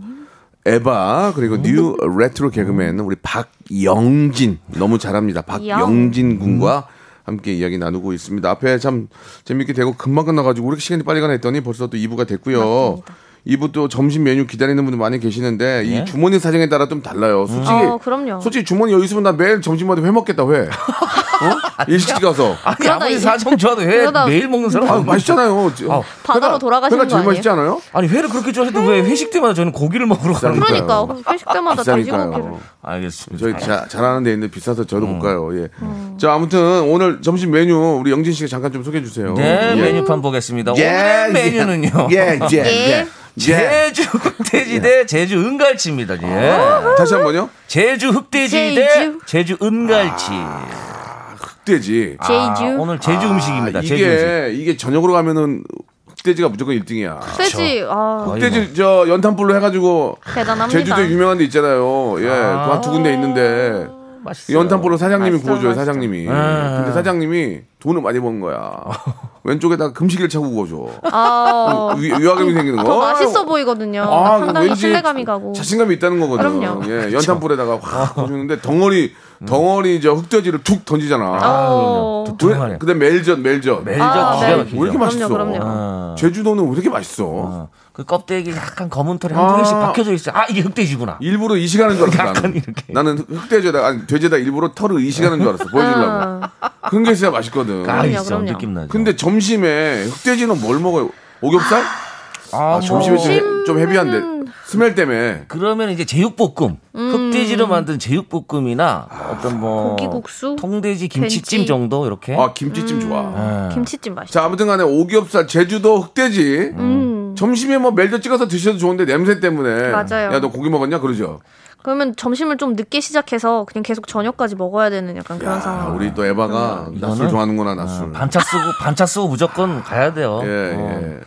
S3: 에바, 그리고 뉴 레트로 개그맨, 우리 박영진. 너무 잘합니다. 박영진 군과 함께 이야기 나누고 있습니다. 앞에 참 재밌게 되고 금방 끝나가지고 우리 시간이 빨리 가나 했더니 벌써 또 2부가 됐고요. 2부 또 점심 메뉴 기다리는 분들 많이 계시는데 이 주머니 사정에 따라 좀 달라요. 솔직히
S7: 예. 어, 그럼요.
S3: 솔직히 주머니 여유 있으면 나 매일 점심마다 회 먹겠다 회. 어? 일식집 가서.
S6: 아니
S7: 그러다
S6: 아무리
S7: 이제-
S6: 사정 좋아도 회
S7: 그러다-
S6: 매일 먹는 사람
S3: 아,
S6: 아니,
S3: 맛있잖아요.
S6: 아.
S7: 바다로 돌아가시는
S3: 회가 제일
S7: 거
S3: 맛있지 않아요?
S6: 아니 회를 그렇게 좋아해도 왜 회식 때마다 저는 고기를 먹으러 가는 거예요?
S7: 그러니까 회식 때마다 돼지고기를.
S3: 비싸니까요.
S6: 알겠습니다.
S3: 저희 자, 잘하는 데 있는데 비싸서 저도 못 가요. 예. 자, 아무튼 오늘 점심 메뉴 우리 영진 씨가 잠깐 좀 소개해 주세요.
S6: 네
S3: 예.
S6: 메뉴판 보겠습니다.
S3: 예,
S6: 오늘의 메뉴는요.
S3: 예, 예, 예. 예.
S6: 제주 흑돼지 대 제주 은갈치입니다. 예.
S3: 다시 한 번요.
S6: 제주 흑돼지 대
S7: 제주.
S6: 제주 은갈치.
S3: 흑돼지.
S6: 아,
S7: 제주.
S6: 오늘 제주 음식입니다. 제주 음식.
S3: 아. 이게 이게 저녁으로 가면은 흑돼지가 무조건 1등이야.
S7: 세지. 아,
S6: 거의
S3: 흑돼지 저 연탄불로 해 가지고
S7: 대단합니다.
S3: 제주도 유명한 데 있잖아요. 예. 그 한 두 군데 있는데
S6: 뭐 맛있어요.
S3: 그 연탄불로 사장님이
S7: 맛있어,
S3: 구워줘요,
S7: 맛있어. 아.
S3: 사장님이. 근데 사장님이 돈을 많이 번 거야. 왼쪽에다가 금식일 차고 구워줘.
S7: 아,
S3: 어, 위, 위화감이 생기는 거.
S7: 더 맛있어 보이거든요.
S3: 아,
S7: 상당히
S3: 왠지
S7: 신뢰감이 가고.
S3: 자신감이 있다는 거거든. 요
S7: 그럼요.
S3: 예, 연탄불에다가
S6: 아.
S3: 확 던지는데 덩어리 덩어리 저 흑돼지를 툭 던지잖아.
S7: 어.
S3: 왜-
S6: 두툼하네요.
S3: 그다음 멜젓 멜젓.
S6: 멜젓
S7: 아,
S6: 기가
S7: 멜-
S6: 막히죠.
S3: 왜 이렇게 맛있어?
S7: 그럼요, 그럼요.
S6: 아.
S3: 제주도는 왜 이렇게 맛있어?
S6: 어, 그 껍데기 약간 검은 털이 한두 개씩
S3: 아.
S6: 박혀져 있어. 아 이게 흑돼지구나.
S3: 일부러 이식하는 줄 알았어.
S6: 약간
S3: 나는,
S6: 이렇게.
S3: 나는 흑돼지에다 아니 돼지에다 일부러 털을 이식하는 줄 알았어. 보여주려고.
S7: 아,
S3: 그런 게 진짜 맛있거든.
S6: 아
S7: 그럼요,
S6: 있어
S7: 그럼요.
S6: 느낌 나죠.
S3: 근데 점심에 흑돼지는 뭘 먹어요? 오겹살?
S6: 아,
S3: 아,
S6: 뭐.
S3: 점심에 좀 해- 좀 헤비한데 스멜 때문에
S6: 그러면 이제 제육볶음 흑돼지로 만든 제육볶음이나 어떤 뭐
S7: 고기국수?
S6: 통돼지 김치찜
S7: 된지.
S6: 정도 이렇게
S3: 아 김치찜 좋아.
S7: 김치찜 맛있어.
S3: 자, 아무튼간에 오겹살 제주도 흑돼지
S7: 음.
S3: 점심에 뭐 멜젓 찍어서 드셔도 좋은데 냄새 때문에
S7: 맞아요.
S3: 야 너 고기 먹었냐 그러죠.
S7: 그러면 점심을 좀 늦게 시작해서 그냥 계속 저녁까지 먹어야 되는 약간 그런
S3: 아,
S7: 상황.
S3: 우리 또 에바가 낮술 좋아하는구나 낮술.
S6: 어, 반차 쓰고 반차 쓰고 무조건 가야 돼요.
S3: 예,
S6: 어,
S3: 예.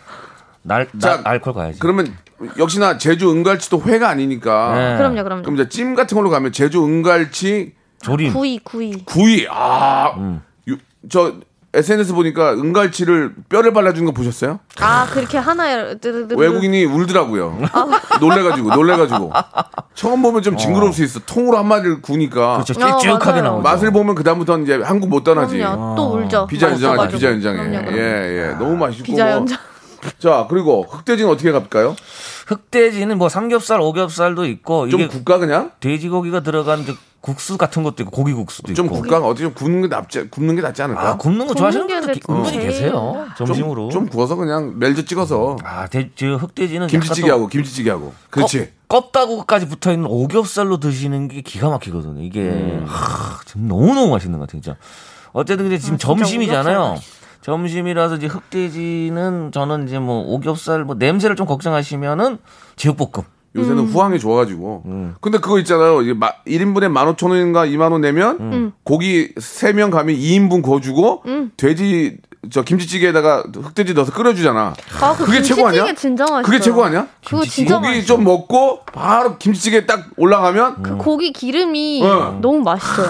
S6: 날,
S3: 자,
S6: 날 알콜 가야지.
S3: 그러면 역시나 제주 은갈치도 회가 아니니까.
S6: 예.
S7: 그럼요, 그럼요.
S3: 그럼 이제 찜 같은 걸로 가면 제주 은갈치
S6: 조림.
S7: 구이, 구이.
S3: 구이. 아,
S7: 음.
S3: 유- 저 SNS 보니까 은갈치를 뼈를 발라준 거 보셨어요?
S7: 아, 그렇게 하나에 뜨르르르.
S3: 외국인이 울더라고요. 놀래가지고 놀래가지고 처음 보면 좀 징그러울 수 있어. 통으로 한 마리를 구니까.
S6: 그렇죠.
S7: 어,
S6: 쭈쭉하게
S7: 맞아요.
S6: 나오죠.
S3: 맛을 보면 그다음부터는 이제 한국 못 떠나지.
S7: 그럼요. 또 울죠. 뭐
S3: 비자 연장하지,
S7: 없어가지고.
S3: 비자 연장에.
S7: 그럼요, 그럼요.
S3: 예, 예. 너무 맛있고.
S7: 비자
S3: 뭐.
S7: 연장.
S3: 자, 그리고 흑돼지는 어떻게 갈까요?
S6: 흑돼지는 뭐 삼겹살, 오겹살도 있고
S3: 좀
S6: 이게
S3: 굽까, 그냥?
S6: 돼지고기가 들어간 그 국수 같은 것도 있고 고기 국수도
S3: 좀
S6: 있고.
S3: 굽까? 어떻게 좀 굽는 게 낫지, 굽는 게 낫지 않을까?
S6: 아 굽는 거 좋아하시는
S7: 굽는
S6: 분들
S7: 게
S6: 분분이
S7: 제일-
S6: 계세요.
S3: 좀,
S6: 점심으로.
S3: 좀 구워서 그냥 멜젓 찍어서
S7: 음.
S6: 아, 돼, 저 흑돼지는
S3: 김치찌개하고, 김치찌개하고.
S7: 어.
S3: 그렇지.
S6: 껍다구까지 붙어 있는 오겹살로 드시는 게 기가 막히거든요. 이게
S3: 음.
S6: 하, 지금 너무너무 맛있는 것 같아요. 진짜. 어쨌든 근데
S7: 아,
S6: 지금 점심이잖아요. 점심이라서 이제 흑돼지는 저는 이제 뭐 오겹살 뭐 냄새를 좀 걱정하시면은 제육볶음.
S3: 요새는
S8: 음.
S3: 후황이 좋아가지고. 근데 그거 있잖아요. 이게 마, 1인분에 15,000원인가 2만원 내면
S8: 음.
S3: 고기 3명 가면 2인분 구워 주고
S7: 음.
S3: 돼지 저 김치찌개에다가 흑돼지 넣어서 끓여주잖아.
S7: 아, 그
S3: 그게 최고 아니야?
S7: 김치찌개 진짜 맛있어.
S3: 그게 최고 아니야?
S7: 그거 진짜
S3: 고기
S7: 맛있어.
S3: 좀 먹고 바로 김치찌개 딱 올라가면
S7: 그 고기 기름이
S3: 응.
S7: 너무 맛있어요.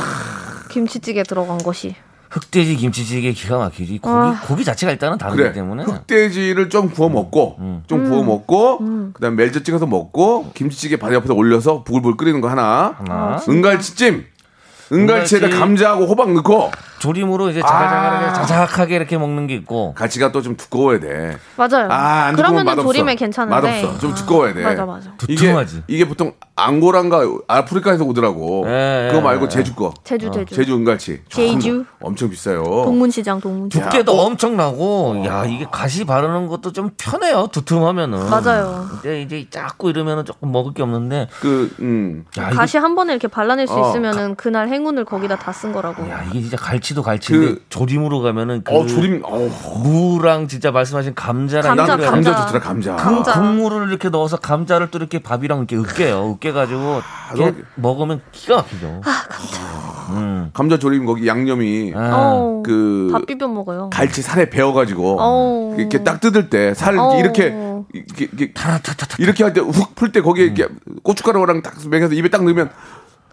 S7: 김치찌개 들어간 것이.
S6: 흑돼지 김치찌개 기가 막히지. 고기,
S7: 아.
S6: 고기 자체가 일단은 다르기
S3: 그래.
S6: 때문에.
S3: 흑돼지를 좀 구워 먹고 좀
S7: 음.
S3: 구워 먹고 그다음 멜젓 찍어서 먹고 김치찌개 바로 옆에서 올려서 부글부글 끓이는 거 하나.
S6: 하나. 아,
S3: 은갈치찜. 은갈치에다
S6: 은갈치.
S3: 감자하고 호박 넣고
S6: 조림으로 이제 자글자글하게
S7: 아.
S6: 자작하게 이렇게 먹는 게 있고.
S3: 갈치가 또 좀 두꺼워야 돼.
S7: 맞아요.
S3: 아, 안 두꺼우면
S7: 그러면은
S3: 맛없어.
S7: 조림에 괜찮은데.
S3: 맛없어. 좀 두꺼워야 돼.
S7: 맞아, 맞아.
S6: 두툼하지.
S3: 이게, 이게 보통 앙고란가 아프리카에서 오더라고.
S6: 예,
S3: 그거
S6: 예,
S3: 말고
S6: 예.
S3: 제주 거.
S7: 제주, 제주.
S3: 어. 제주 은갈치. 참
S7: 제주.
S3: 엄청 비싸요.
S7: 동문시장 동문시장.
S6: 두께도 엄청나고,
S3: 어.
S6: 야, 이게 가시 바르는 것도 좀 편해요. 두툼하면은.
S7: 맞아요.
S6: 근데 이제 작고 이러면은 조금 먹을 게 없는데.
S3: 그 음.
S6: 야, 이게,
S7: 다시 한 번에 이렇게 발라낼 수
S3: 어,
S7: 있으면은 그날 행운을 거기다 다 쓴 거라고.
S6: 야, 이게 진짜 갈치도 갈치인데
S3: 그-
S6: 조림으로 가면은 그
S3: 어 조림 어.
S6: 무랑 진짜 말씀하신 감자랑
S7: 감자,
S3: 나는
S6: 이거를
S3: 감자
S7: 감자.
S3: 좋더라 감자.
S6: 그
S7: 감자.
S6: 국물을 이렇게 넣어서 감자를 또 이렇게 밥이랑 이렇게 으깨요. 으깨가지고 이렇게
S3: 너-
S6: 먹으면 기가 막히죠.
S7: 아,
S3: 감자 조림 거기 양념이
S6: 아,
S7: 어,
S3: 그
S7: 밥 비벼 먹어요.
S3: 갈치 살에 배어 가지고
S7: 어.
S3: 이렇게 딱 뜯을 때 살
S7: 어.
S3: 이렇게 이렇게 이렇게,
S6: 타라타타타.
S3: 이렇게 할 때 훅 풀 때 거기에 이렇게 고춧가루랑 딱 먹여서 입에 딱 넣으면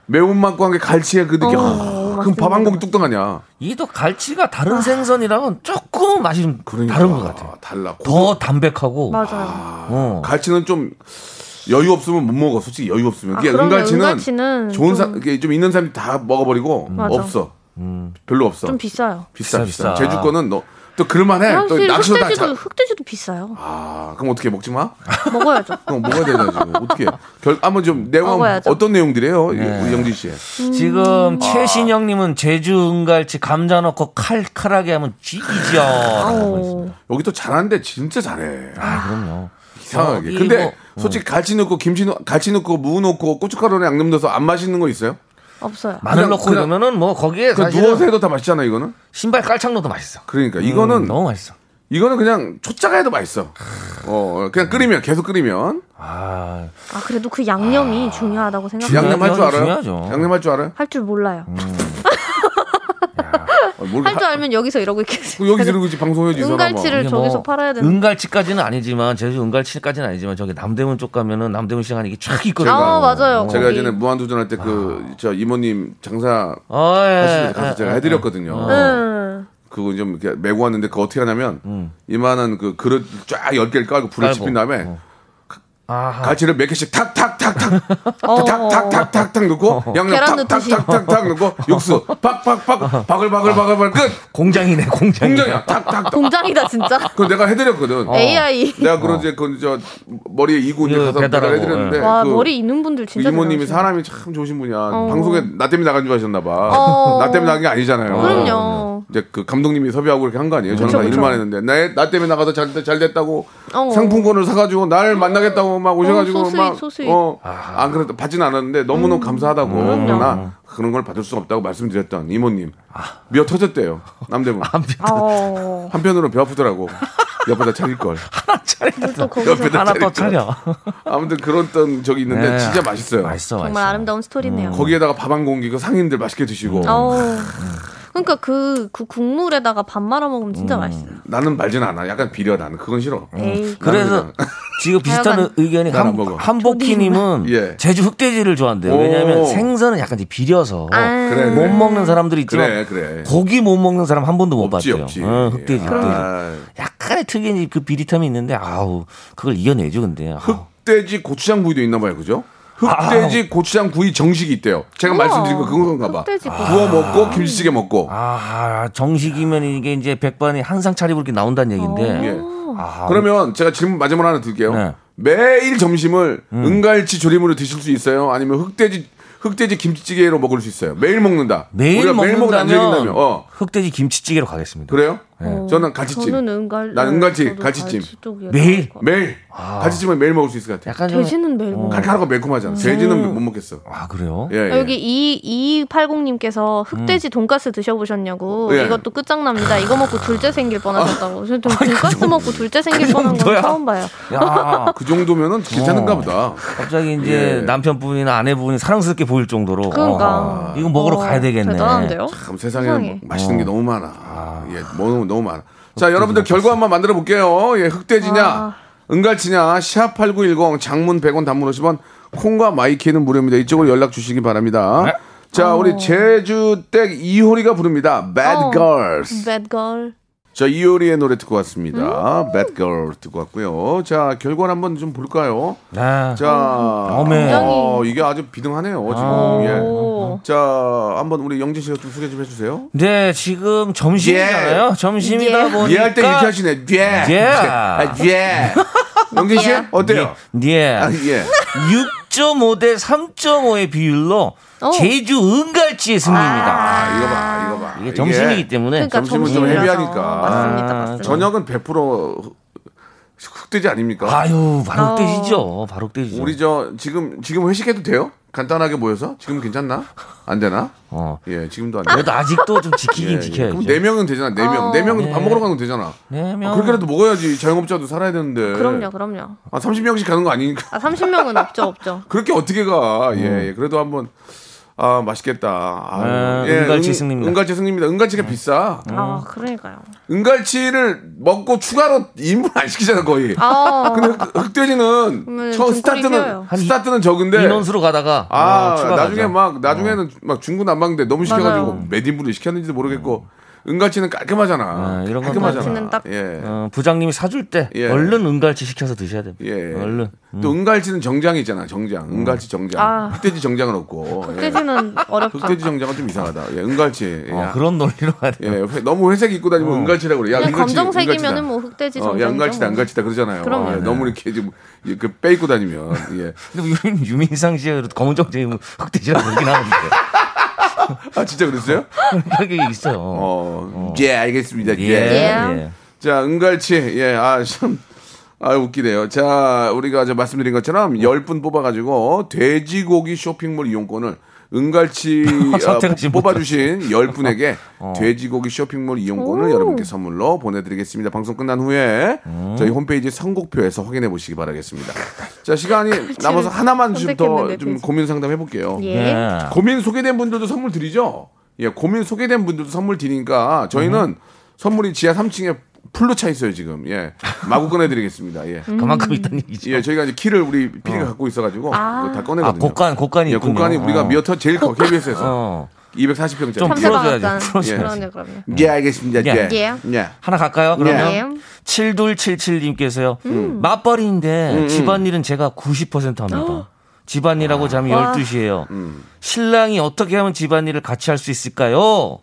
S3: 매운맛과 함께 갈치의 그 느낌.
S7: 어,
S3: 아, 그럼
S7: 맞습니다.
S3: 밥 한 공기 뚝딱하냐. 그러니까.
S6: 이게 또 갈치가 다른
S7: 아.
S6: 생선이랑은 조금 맛이 좀
S3: 그러니까 어.
S6: 다른 것 같아요.
S3: 달라. 고소-
S6: 더 담백하고.
S7: 맞아요.
S6: 어.
S3: 갈치는 좀 여유 없으면 못 먹어. 솔직히 여유 없으면.
S7: 아,
S3: 그게
S7: 그러면
S3: 은갈치는,
S7: 은갈치는
S3: 좋은
S7: 좀- 음.
S3: 사, 이게 좀 있는 사람이 다 먹어버리고
S7: 맞아.
S3: 없어. 별로 없어.
S7: 좀 비싸요.
S3: 비싸, 비싸.
S6: 음. 비싸, 비싸.
S3: 제주 거는 너, 또 그럴만해. 네, 또
S7: 사실
S3: 낚시도 다.
S7: 흑돼지도
S3: 자,
S7: 흑돼지도 비싸요.
S3: 아, 그럼 어떻게 먹지 마?
S7: 먹어야죠.
S3: 그럼 먹어야 되나 지금 어떻게? 결 한번 좀 내용
S7: 먹어야죠.
S3: 어떤 내용들이에요,
S6: 네.
S3: 이- 우리 영진 씨?
S7: 음.
S6: 지금
S3: 아.
S6: 최신영님은 제주 은갈치 감자 넣고 칼칼하게 하면 쥐기죠.
S3: 네,
S7: 어.
S3: 여기 또 잘하는데 진짜 잘해.
S6: 아 그럼요.
S3: 이상하게.
S6: 어, 이
S3: 근데
S6: 뭐-
S3: 솔직히 갈치 넣고 김치 넣, 갈치 넣고 무 넣고 고춧가루에 양념 넣어서 안 맛있는 거 있어요?
S7: 없어요.
S6: 마늘
S3: 그냥-
S6: 넣고
S3: 그냥-
S6: 이러면은 뭐 거기에
S3: 그
S6: 사실은
S3: 누워서 해도 다 맛있잖아 이거는.
S6: 신발 깔창 넣어도 맛있어.
S3: 그러니까
S6: 음,
S3: 이거는
S6: 너무 맛있어.
S3: 이거는 그냥 초짜가 해도 맛있어. 어 그냥 끓이면 계속 끓이면
S6: 아
S7: 아 그래도 그
S3: 아.
S7: 양념이 중요하다고 생각해요.
S3: 양념 할 줄 알아요?
S6: 중요하죠.
S3: 양념 할 줄 알아요?
S7: 할 줄 몰라요.
S3: 음. 어, 모르-
S7: 할 줄
S3: 하- 그
S7: 알면 여기서 이러고 있겠어요. 아,
S3: 여기 들고 이제 방송해지
S7: 은갈치를
S6: 이게
S7: 저기서
S6: 뭐
S7: 팔아야 되는.
S6: 은갈치까지는 아니지만 제주 은갈치까지는 아니지만 저기 남대문 쪽 가면은 남대문 시장 이게 촥 있거든요.
S7: 아 맞아요.
S3: 어, 제가
S7: 거기.
S3: 예전에 무한도전 할 때 그
S6: 아.
S3: 저 이모님 장사
S6: 어, 예,
S3: 하시는 데
S6: 예,
S3: 가서
S6: 예,
S3: 제가
S6: 예.
S3: 해드렸거든요.
S7: 네.
S3: 어.
S7: 응.
S3: 그거 좀 이렇게 메고 왔는데 그거 어떻게 하냐면 이만한 그 그릇 쫙 열개를 깔고 불을
S6: 음. 깔고. 어.
S3: 지핀 다음에
S6: 아하.
S3: 갈치를 몇 개씩
S7: 어.
S3: 탁탁탁탁탁탁탁탁 넣고 양념
S7: 계란 넣듯이. 어.
S3: 탁탁탁탁탁 넣고 육수 팍팍팍 바글바글바글바글 끝
S6: 공장이네 공장.
S3: 공장이야 탁탁
S7: 어, 공장이다 진짜.
S3: 그거 내가 해드렸거든
S7: 어. AI.
S3: 내가 그런 이제 그저 머리에 이고 이제
S6: 이거
S3: 가서
S6: 배달하고,
S3: 배달해드렸는데
S7: 어. 와
S3: 그
S7: 머리 있는 분들
S3: 그
S7: 진짜
S3: 이모님이 사람이
S7: 대단하시네.
S3: 참 좋으신 분이야 방송에 나 때문에 나간 줄 아셨나
S7: 어.
S3: 봐나 때문에 나간 게 아니잖아요
S7: 그럼요.
S3: 이제 그 감독님이 섭외하고 이렇게 한 거 아니에요? 저는 다
S7: 그쵸,
S3: 일만 했는데 나, 나 때문에 나가서 잘, 잘 됐다고
S7: 어.
S3: 상품권을 사가지고 날 만나겠다고 막 오셔가지고
S7: 어, 소스윗,
S3: 막
S7: 소스윗.
S3: 어,
S6: 아.
S3: 안 그래도 받진 않았는데 너무너무 감사하다고
S7: 그럼요.
S3: 그러나 그런 걸 받을 수 없다고 말씀드렸던 이모님
S6: 아.
S3: 미어 터졌대요 남대문
S7: 어.
S3: 한편으로 배 아프더라고 옆에다 차릴 걸
S7: 또 거기서
S3: 옆에다
S6: 하나
S3: 차릴
S6: 더
S3: 걸
S6: 차려.
S3: 아무튼 그런 어떤 적이 있는데
S6: 네.
S3: 진짜 맛있어요 음.
S6: 맛있어
S7: 정말
S6: 맛있어.
S7: 아름다운 스토리네요.
S3: 거기에다가 밥 한 공기 그 상인들 맛있게 드시고
S7: 어.
S3: 음.
S7: 그러니까 그, 그 국물에다가 밥 말아 먹으면 진짜
S3: 음.
S7: 맛있어요.
S3: 나는 말진 않아 약간 비려 나는 그건 싫어
S7: 에이.
S6: 음. 그래서
S3: 나는
S6: 지금 비슷한
S7: 하여간-
S6: 의견이
S3: 난안
S6: 한,
S3: 먹어.
S6: 한복희님은
S3: 예.
S6: 제주 흑돼지를 좋아한대요. 왜냐하면
S3: 오.
S6: 생선은 약간 이제 비려서
S7: 아.
S3: 어, 그래,
S6: 못
S3: 그래.
S6: 먹는 사람들이
S3: 그래
S6: 있지만
S3: 그래
S6: 고기 못 먹는 사람 한 번도 못
S3: 없지,
S6: 봤대요.
S3: 없지.
S6: 어, 흑돼지.
S3: 아,
S6: 흑돼지. 약간의 특이한 이그 비릿함이 있는데 아우 그걸 이겨내죠 근데 아우.
S3: 흑돼지 고추장 구이도 있나 봐요, 그죠? 흑돼지 고추장 구이 정식이 있대요. 제가
S7: 우와.
S3: 말씀드린 거 그건가 봐.
S7: 흑돼지 구이.
S3: 구워 먹고 김치찌개 먹고.
S6: 아 정식이면 이게 이제 백반이 한 상 차리고 이렇게 나온다는
S7: 어.
S6: 얘기인데
S3: 예.
S6: 아,
S3: 그러면 제가 질문 마지막 하나 드릴게요.
S6: 네. 음.
S3: 매일 점심을 은갈치 조림으로 드실 수 있어요? 아니면 흑돼지 흑돼지 김치찌개로 먹을 수 있어요? 매일 먹는다.
S6: 매일
S3: 우리가
S6: 먹는다면 아.
S3: 매일 먹으면 안 질린다며. 어.
S6: 흑돼지 김치찌개로 가겠습니다.
S3: 그래요?
S7: 어,
S3: 예. 저는 가지찜.
S7: 저는 은갈.
S3: 난
S7: 네,
S3: 은갈치,
S7: 저도
S3: 가지찜.
S7: 갈치 쪽이요.
S6: 매일?
S3: 매일
S6: 아.
S3: 가지찜은 매일 먹을 수 있을 것 같아.
S6: 약간 좀-
S7: 돼지는 매일 먹어요.
S3: 칼칼하고 매콤하잖아. 돼지는 못 먹겠어.
S6: 아 그래요?
S3: 예, 예. 음.
S7: 여기 이 2280님께서 흑돼지 돈가스 드셔보셨냐고
S3: 예. 아.
S7: 이것도 끝장납니다. 이거 먹고 둘째 생길 뻔하셨다고. 저는 돈가스 먹고 둘째 생길 뻔한 건
S6: 정도야?
S7: 처음 봐요.
S6: 야
S3: 그 정도면은 괜찮은가
S6: 어.
S3: 보다.
S6: 갑자기 이제
S3: 예.
S6: 남편분이나 아내분이 사랑스럽게 보일 정도로
S7: 그러니까.
S6: 어, 이거 먹으러
S7: 어,
S6: 가야 되겠네.
S7: 대단한데요?
S3: 참 세상에는
S7: 세상에.
S3: 뭐 맛있는 게 너무 많아. 예, 너무 너무 많아. 자, 여러분들 결과 한번 만들어 볼게요. 예, 흑돼지냐, 은갈치냐, 샵 8910 장문 100원 단문 50원 콩과 마이키는 무료입니다. 이쪽으로 연락 주시기 바랍니다. 자, 우리 제주댁 이효리가 부릅니다. Bad
S7: 어.
S3: Girls.
S7: Bad girl.
S3: 자, 이효리의 노래 듣고 왔습니다. Bad Girl 듣고 왔고요. 자, 결과를 한번 좀 볼까요?
S6: 아,
S3: 자,
S6: 어메.
S3: 어, 이게 아주 비등하네요, 지금. 예.
S7: 오.
S3: 자, 한번 우리 영진 씨가 좀 소개 좀 해주세요.
S6: 이제 네, 지금 점심이잖아요. 점심이다
S7: 예.
S6: 보니까
S3: 예할 때 이렇게 하시네. 예.
S6: 예.
S3: 아, 예. 영진 씨 어때요?
S6: 예.
S3: 아, 예.
S6: 6.5 대 3.5의 비율로
S7: 오.
S6: 제주 은갈치의 승리입니다.
S3: 아, 이거 봐, 이거 봐.
S6: 이게 점심이기
S3: 예.
S6: 때문에
S7: 그러니까
S3: 네, 점심은 좀
S7: 점심이라서.
S3: 헤비하니까. 아,
S7: 맞습니다. 맞습니다.
S3: 저녁은 100% 흑돼지 아닙니까?
S6: 아유 예. 바로
S7: 어.
S6: 떼지죠. 바로 떼지죠.
S3: 우리 저 지금 지금 회식해도 돼요? 간단하게 모여서 지금 괜찮나? 안 되나?
S6: 어.
S3: 예, 지금도 안 돼.
S6: 그래도 아직도 좀 지키긴 지켜야죠.
S3: 그럼 네 명은 되잖아. 네 명. 네 명은 밥 먹으러 가면 되잖아.
S6: 네 명.
S3: 아, 그렇게라도 먹어야지. 자영업자도 살아야 되는데.
S7: 그럼요, 그럼요.
S3: 아, 30명씩 가는 거 아니니까.
S7: 아, 30명은 없죠, 없죠.
S3: 그렇게 어떻게 가?
S6: 음.
S3: 예, 예. 그래도 한번 아 맛있겠다. 아,
S6: 네, 은갈치 승리입니다. 네.
S3: 은갈치 승리입니다. 은갈치가 비싸.
S7: 아, 그러니까요.
S3: 은갈치를 먹고 추가로 인분 안 시키잖아 거의.
S7: 아,
S3: 근데 흑- 흑돼지는
S7: 그러면
S3: 처음
S7: 등골이
S3: 스타트는
S7: 휘어요.
S6: 한 이-
S3: 스타트는 적은데.
S6: 인원수로 가다가
S3: 네. 아
S6: 어, 추가
S3: 나중에
S6: 가죠.
S3: 막 나중에는 막 중구난방인데 너무 시켜가지고
S7: 맞아요.
S3: 몇 인분을 시켰는지도 모르겠고 은갈치는 깔끔하잖아.
S6: 음. 아, 이런 건
S3: 깔끔하잖아.
S7: 은갈치는 딱-
S3: 예.
S6: 어, 부장님이 사줄 때
S3: 예.
S6: 얼른 은갈치 시켜서 드셔야 됩니다.
S3: 예.
S6: 얼른. 음.
S3: 또 은갈치는 정장이 있잖아. 정장. 은갈치 정장.
S7: 아.
S3: 흑돼지 정장은 없고. 예.
S7: 흑돼지는 어렵죠.
S3: 흑돼지 정장은 좀 이상하다. 예, 은갈치. 예.
S6: 어, 그런 논리로 가야 돼요.
S3: 예, 회- 너무 회색 입고
S6: 어.
S3: 다니면 은갈치라고 그래. 야,
S7: 그냥
S3: 은갈치,
S7: 검정색이면은
S3: 은갈치다.
S7: 뭐 흑돼지 뭐.
S3: 어,
S7: 정도.
S3: 야, 은갈치다, 은갈치다 그러잖아요.
S7: 그럼요.
S3: 예,
S6: 네.
S3: 너무 이렇게 좀, 예, 그, 빼입고 다니면. 예.
S6: 근데 유민, 유민상 씨의 검은 정제 흑돼지라고 그러긴 하는데.
S3: 아, 진짜 그랬어요?
S6: 그런 게 있어요.
S3: 어, 예, 알겠습니다. 예.
S7: 예.
S3: 자, 은갈치. 예, 아, 참. 아, 웃기네요. 자, 우리가 저 말씀드린 것처럼
S6: 네.
S3: 10분 뽑아가지고 돼지고기 쇼핑몰 이용권을 은갈치 아,
S6: 선택하신 어.
S3: 뽑아주신 10분에게 돼지고기 쇼핑몰 이용권을 여러분께 선물로 보내드리겠습니다. 방송 끝난 후에
S6: 음.
S3: 저희 홈페이지 선곡표에서 확인해 보시기 바라겠습니다. 자, 시간이 남아서 하나만 좀 더
S7: 선택했는데,
S3: 좀
S7: 돼지.
S3: 고민 상담해 볼게요.
S7: 예.
S6: 예.
S3: 고민 소개된 분들도 선물 드리죠? 예, 고민 소개된 분들도 선물 드리니까 저희는 선물이 지하 3층에 풀로 차 있어요, 지금. 예. 마구 꺼내드리겠습니다. 예.
S6: 그만큼 있다는 얘기죠.
S3: 예, 저희가 이제 키를 우리 PD가 갖고 있어가지고 그거 다 꺼내거든요.
S6: 아, 곡간, 곡간이
S3: 예,
S6: 있군요.
S3: 공간이 우리가
S6: 어.
S3: 미어터 제일 커, KBS에서.
S6: 어.
S3: 240평짜리.
S6: 좀
S7: 참새
S6: 풀어줘야죠.
S7: 방앗간.
S6: 풀어줘야죠.
S7: 그러네요, 그러면.
S3: 예, 알겠습니다.
S6: 예.
S3: 예.
S7: 예.
S3: 예.
S6: 하나 갈까요?
S7: 예.
S6: 그러면 7277님께서요.
S3: 음.
S6: 맞벌이인데 집안일은 제가 90% 합니다. 집안일하고 잠이 12시예요.
S3: 음.
S6: 신랑이 어떻게 하면 집안일을 같이 할 수 있을까요?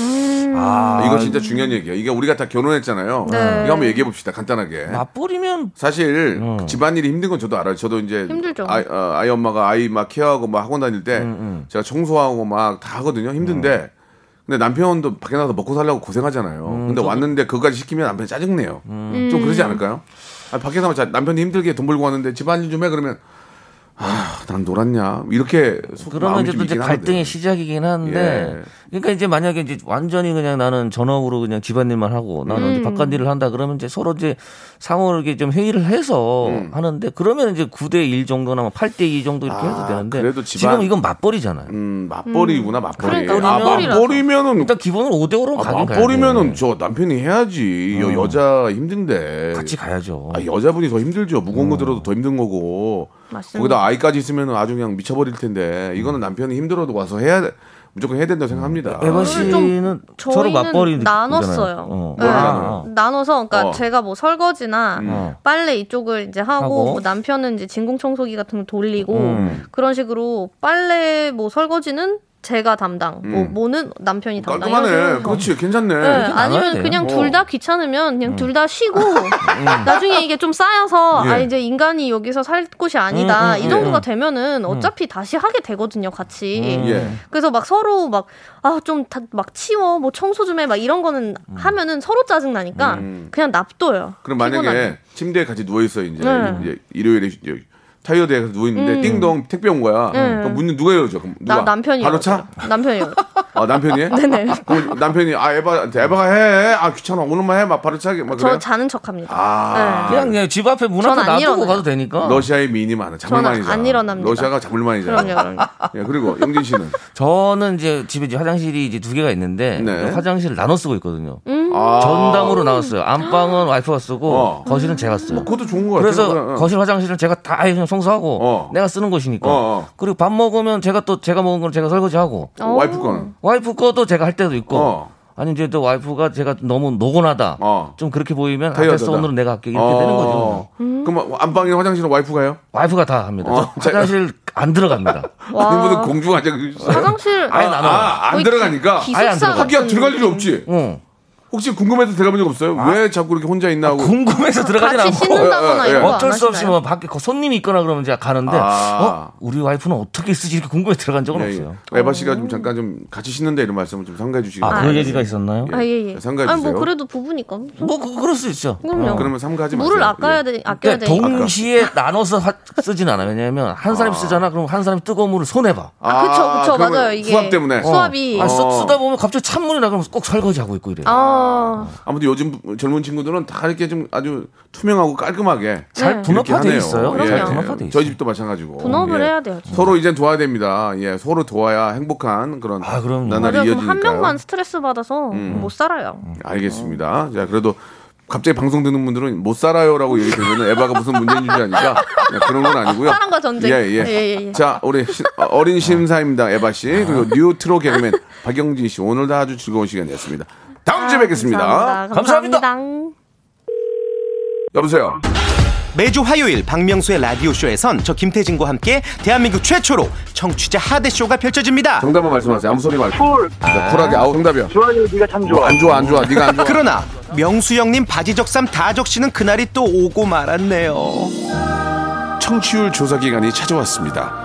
S6: 아,
S3: 이거 진짜 중요한 얘기야. 이게 우리가 다 결혼했잖아요.
S6: 네.
S3: 이거 한번 얘기해 봅시다. 간단하게.
S6: 아. 맞벌이면
S3: 사실
S6: 어.
S3: 그 집안일이 힘든 건 저도 알아요. 저도 이제
S7: 힘들죠.
S3: 아이, 어, 아이 엄마가 아이 막 케어하고 막 학원 다닐
S6: 음,
S3: 때 제가 청소하고 막 다 하거든요. 힘든데
S6: 어.
S3: 근데 남편도 밖에 나가서 먹고 살려고 고생하잖아요.
S6: 음,
S3: 근데 왔는데 그거까지 시키면 남편이 짜증내요. 좀 그러지
S7: 음.
S3: 않을까요? 아, 밖에 나가면 자- 남편이 힘들게 돈 벌고 왔는데 집안일 좀 해 그러면 아, 난 놀았냐 이렇게 속
S6: 뭐 그러면
S3: 마음이
S6: 이제
S3: 좀
S6: 또 이제
S3: 있긴
S6: 갈등의
S3: 하거든요.
S6: 시작이긴 한데
S3: 예.
S6: 그러니까 이제 만약에 이제 완전히 그냥 나는 전업으로 그냥 집안일만 하고 나는
S7: 음.
S6: 이제 바깥 일을 한다 그러면 이제 서로 이제 상호를 이렇게 좀 회의를 해서 하는데 그러면 이제 9대 1 정도나 뭐 8대 2 정도 이렇게
S3: 음. 아,
S6: 해도 되는데
S3: 그래도 집안-
S6: 지금 이건 맞벌이잖아요.
S3: 음, 맞벌이구나 맞벌이.
S7: 그러니까
S3: 아
S6: 맞벌이라서.
S3: 맞벌이면은
S6: 일단 기본은 5대 5로
S3: 아,
S6: 가긴 가야
S3: 맞벌이면은 저 남편이 해야지 여, 여자 힘든데
S6: 어. 같이 가야죠.
S3: 아, 여자분이 더 힘들죠. 무거운 거 들어도 더 힘든 거고.
S7: 맞습니다.
S3: 거기다 아이까지 있으면 아주 그냥 미쳐버릴 텐데 이거는 남편이 힘들어도 와서 해야 돼- 무조건 해야 된다고 생각합니다.
S6: 아, 음. 에바
S7: 좀
S6: 씨는 서로
S7: 저희는
S6: 맞벌이
S7: 나눴어요.
S6: 어.
S7: 네.
S6: 아,
S7: 나눠서 그러니까
S3: 어. 음.
S7: 제가 뭐 설거지나
S6: 어.
S7: 빨래 이쪽을 이제 하고,
S6: 하고.
S7: 뭐 남편은 이제 진공 청소기 같은 거 돌리고
S6: 음.
S7: 그런 식으로 빨래 뭐 설거지는 제가 담당, 뭐
S9: 음.
S7: 모는
S3: 어,
S7: 남편이 담당. 이런
S9: 깔끔하네.
S7: 식으로.
S9: 그렇지, 괜찮네.
S7: 네, 아니면
S9: 어.
S7: 그냥 둘 다 귀찮으면
S9: 음.
S7: 그냥 둘 다 쉬고 나중에 이게 좀 쌓여서 아
S9: 예.
S7: 이제 인간이 여기서 살 곳이 아니다
S9: 음, 음,
S7: 이 정도가
S9: 예.
S7: 되면은 어차피 다시 하게 되거든요 같이
S9: 음, 예.
S7: 그래서 막 서로 막 아 좀 막 치워 뭐 청소 좀 해 막 이런 거는 하면은 서로 짜증 나니까
S9: 음.
S7: 그냥 놔둬요
S9: 그럼 만약에
S7: 피곤하게.
S9: 침대에 같이 누워 있어 이제,
S7: 네.
S9: 이제 일요일에 이제 타이어드에 가서 누워 있는데
S7: 음.
S9: 띵동 택배 온 거야.
S7: 네.
S9: 그럼 문 누가 열어줘? 그럼 누가?
S7: 나 남편이
S9: 바로 차?
S7: 남편이요
S9: 아 남편이? 해?
S7: 네네
S9: 그럼 남편이 아 에바 에바가 해. 아 귀찮아 오늘만 해. 막 바로 차게 막
S7: 저 네.
S9: 그래.
S7: 자는 척합니다
S9: 아.
S6: 그냥, 그냥 집 앞에 문 앞에
S7: 전안
S6: 놔두고
S7: 일어나요.
S6: 가도 되니까.
S9: 러시아의 미인이 많아. 작물만이잖아.
S7: 저는 안 일어납니다.
S9: 러시아가 작물만이잖아.
S7: 그럼요, 그럼요.
S9: 예, 그리고 영진 씨는
S6: 저는 이제 집에 이제 화장실이 이제 두 개가 있는데
S9: 네.
S6: 화장실 나눠 쓰고 있거든요.
S7: 음.
S9: 아.
S6: 전담으로 나왔어요. 안방은 와이프가 쓰고
S9: 어.
S6: 거실은 제가 써요.
S9: 그것도 좋은 거 같아요.
S6: 그래서
S9: 그냥, 어.
S6: 거실 화장실은 제가 다 아예 그냥 청소하고
S9: 어.
S6: 내가 쓰는 곳이니까.
S9: 어, 어.
S6: 그리고 밥 먹으면 제가 또 제가 먹은 건 제가 설거지하고
S7: 어.
S9: 와이프 건.
S6: 와이프 거도 제가 할 때도 있고.
S9: 어.
S6: 아니 이제 또 와이프가 제가 너무 노곤하다.
S9: 어.
S6: 좀 그렇게 보이면 아,
S9: 타이어드다.
S6: 됐어 오늘은 내가 할게 이렇게 되는 거죠.
S9: 어.
S7: 음.
S9: 그럼 뭐 안방에 화장실은 와이프가요?
S6: 와이프가 다 합니다.
S9: 어,
S6: 저 화장실 안 들어갑니다.
S7: 와.
S9: 아니 무슨 공주가 아니라 그-
S7: 화장실 어,
S6: 아예
S9: 아,
S6: 나눠.
S9: 아, 안
S7: 거의
S9: 들어가니까.
S7: 기-
S6: 아예 안
S7: 기숙사
S6: 들어가.
S7: 같은
S9: 하기야 들어갈 일
S7: 느낌.
S9: 없지.
S6: 응.
S9: 혹시 궁금해서 들어가본 적 없어요?
S6: 아,
S9: 왜 자꾸 이렇게 혼자 있나 하고.
S6: 궁금해서 들어가진
S7: 같이
S6: 않고.
S7: 씻는다거나
S9: 예, 예,
S7: 이런
S9: 예.
S7: 거안
S6: 어쩔 수 없이
S7: 하시나요?
S6: 뭐 밖에 거- 손님이 있거나 그러면 제가 가는데
S9: 아.
S6: 어? 우리 와이프는 어떻게 쓰지 이렇게 궁금해 들어간 적은
S9: 예,
S6: 없어요.
S9: 예. 에바
S7: 음.
S9: 씨가 좀 잠깐 좀 같이 씻는다 이런 말씀을 좀 상가해 주시기
S6: 아,
S9: 바랍니다.
S6: 그런 얘기가 있었나요?
S7: 아, 예, 예.
S9: 상가해
S7: 아니, 뭐,
S9: 주세요.
S7: 그래도 부부니까.
S6: 뭐 그, 그럴 수 있죠.
S7: 그럼요.
S9: 그러면 삼가하지 마세요.
S7: 물을 아껴야
S9: 예.
S7: 되, 아껴야
S6: 그러니까
S7: 되니까.
S6: 동시에 나눠서 하- 쓰진 않아요. 왜냐하면 한 사람이 쓰잖아. 그럼 한 사람이 뜨거운 물을 손해 봐.
S7: 아, 그쵸, 그쵸.
S9: 그러면
S7: 맞아요. 이게.
S9: 수압 때문에.
S7: 수압이.
S6: 아,
S7: 아,
S6: 쓰,
S9: 어.
S6: 쓰다 보면 갑자기 찬물이 나 그러면 꼭 설거지하고 있고 이래요.
S9: 아무튼 요즘 젊은 친구들은 다 이렇게 좀 아주 투명하고 깔끔하게
S6: 잘
S9: 이렇게
S6: 분업화돼
S9: 하네요. 예.
S6: 있어요.
S7: 그럼요.
S6: 잘 분업화돼 있어요.
S9: 저희 집도 마찬가지고.
S7: 분업을
S9: 예.
S7: 해야 돼요, 진짜.
S9: 서로 이제 도와야 됩니다. 예, 서로 도와야 행복한 그런
S6: 아, 그럼요.
S9: 나날이
S7: 그럼 한
S9: 이어지니까요. 음.
S7: 명만 스트레스 받아서 못 살아요.
S9: 알겠습니다. 자, 그래도 갑자기 방송 듣는 분들은 못 살아요라고 얘기 들으면 에바가 무슨 문제인지 아니까 예, 그런 건 아니고요.
S7: 사랑과 전쟁.
S9: 예, 예.
S7: 예, 예, 예.
S9: 자, 우리 시- 어, 어린 심사입니다. 에바 씨 그리고 뉴트로 개그맨 박영진 씨 오늘도 아주 즐거운 시간이었습니다. 다음 주에 뵙겠습니다.
S7: 감사합니다.
S6: 감사합니다.
S7: 감사합니다.
S9: 여보세요.
S10: 매주 화요일 박명수의 라디오쇼에선 저 김태진과 함께 대한민국 최초로 청취자 하대쇼가 펼쳐집니다.
S9: 정답만 말씀하세요. 아무 소리 말고. 쿨. 쿨하게. 아우 정답이야. 좋아요. 네가 참 좋아. 안 좋아, 안 좋아. 네가 안 좋아.
S10: 그러나 명수 형님 바지 적삼 다 적시는 그날이 또 오고 말았네요.
S3: 청취율 조사 기간이 찾아왔습니다.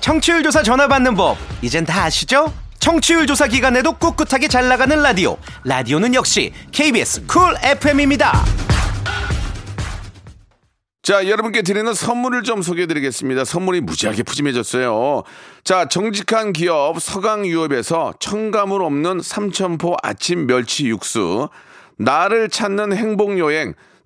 S10: 청취율 조사 전화 받는 법 이젠 다 아시죠? 청취율 조사 기간에도 꿋꿋하게 잘 나가는 라디오 라디오는 역시 KBS 쿨 FM입니다.
S3: 자, 여러분께 드리는 선물을 좀 소개해 드리겠습니다. 선물이 무지하게 푸짐해졌어요. 자, 정직한 기업 서강유업에서 청가물 없는 삼천포 아침 멸치 육수, 나를 찾는 행복여행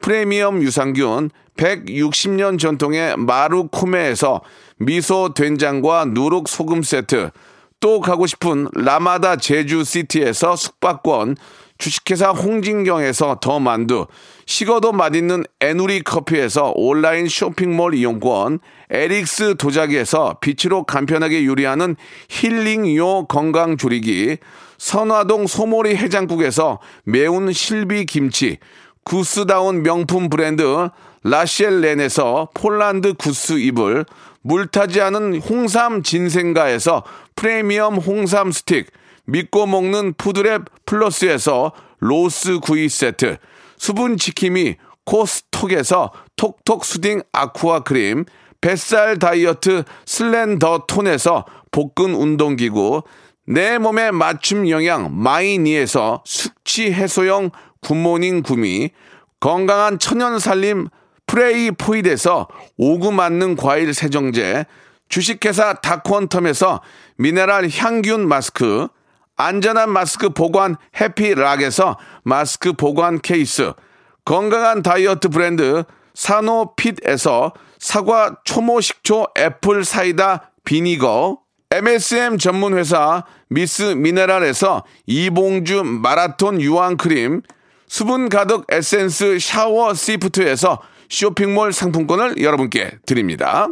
S3: 프리미엄 유산균 160년 전통의 마루코메에서 미소 된장과 누룩 소금 세트 또 가고 싶은 라마다 제주시티에서 숙박권 주식회사 홍진경에서 더 만두 식어도 맛있는 에누리 커피에서 온라인 쇼핑몰 이용권 에릭스 도자기에서 빛으로 간편하게 요리하는 힐링요 건강조리기 선화동 소모리 해장국에서 매운 실비 김치 구스다운 명품 브랜드 라셸렌에서 폴란드 구스 이불, 물타지 않은 홍삼 진생가에서 프리미엄 홍삼 스틱, 믿고 먹는 푸드랩 플러스에서 로스 구이 세트, 수분 지킴이 코스톡에서 톡톡 수딩 아쿠아 크림, 뱃살 다이어트 슬렌더 톤에서 복근 운동기구, 내 몸에 맞춤 영양 마이니에서 숙취 해소용 굿모닝 구미, 건강한 천연 살림 프레이 포이드에서 오구 맞는 과일 세정제, 주식회사 다콘텀에서 미네랄 향균 마스크, 안전한 마스크 보관 해피락에서 마스크 보관 케이스, 건강한 다이어트 브랜드 사노핏에서 사과 초모 식초 애플 사이다 비니거, MSM 전문 회사 미스 미네랄에서 이봉주 마라톤 유황 크림, 수분 가득 에센스 샤워 시프트에서 쇼핑몰 상품권을 여러분께 드립니다.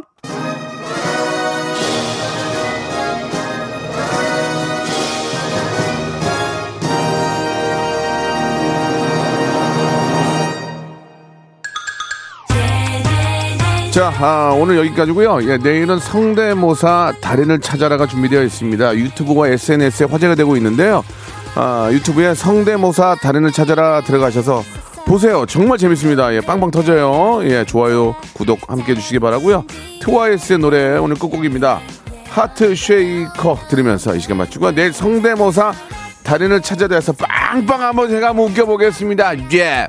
S4: 자, 아, 오늘 여기까지고요. 예, 내일은 성대모사 달인을 찾아라가 준비되어 있습니다. 유튜브와 SNS에 화제가 되고 있는데요. 아, 유튜브에 성대모사 달인을 찾아라 들어가셔서 보세요. 정말 재밌습니다. 예, 빵빵 터져요. 예, 좋아요, 구독 함께 해주시기 바라고요. 트와이스의 노래 오늘 끝곡입니다. 하트 쉐이커 들으면서 이 시간 마치고 내일 성대모사 달인을 찾아다서 빵빵 한번 제가 한번 웃겨보겠습니다. 예.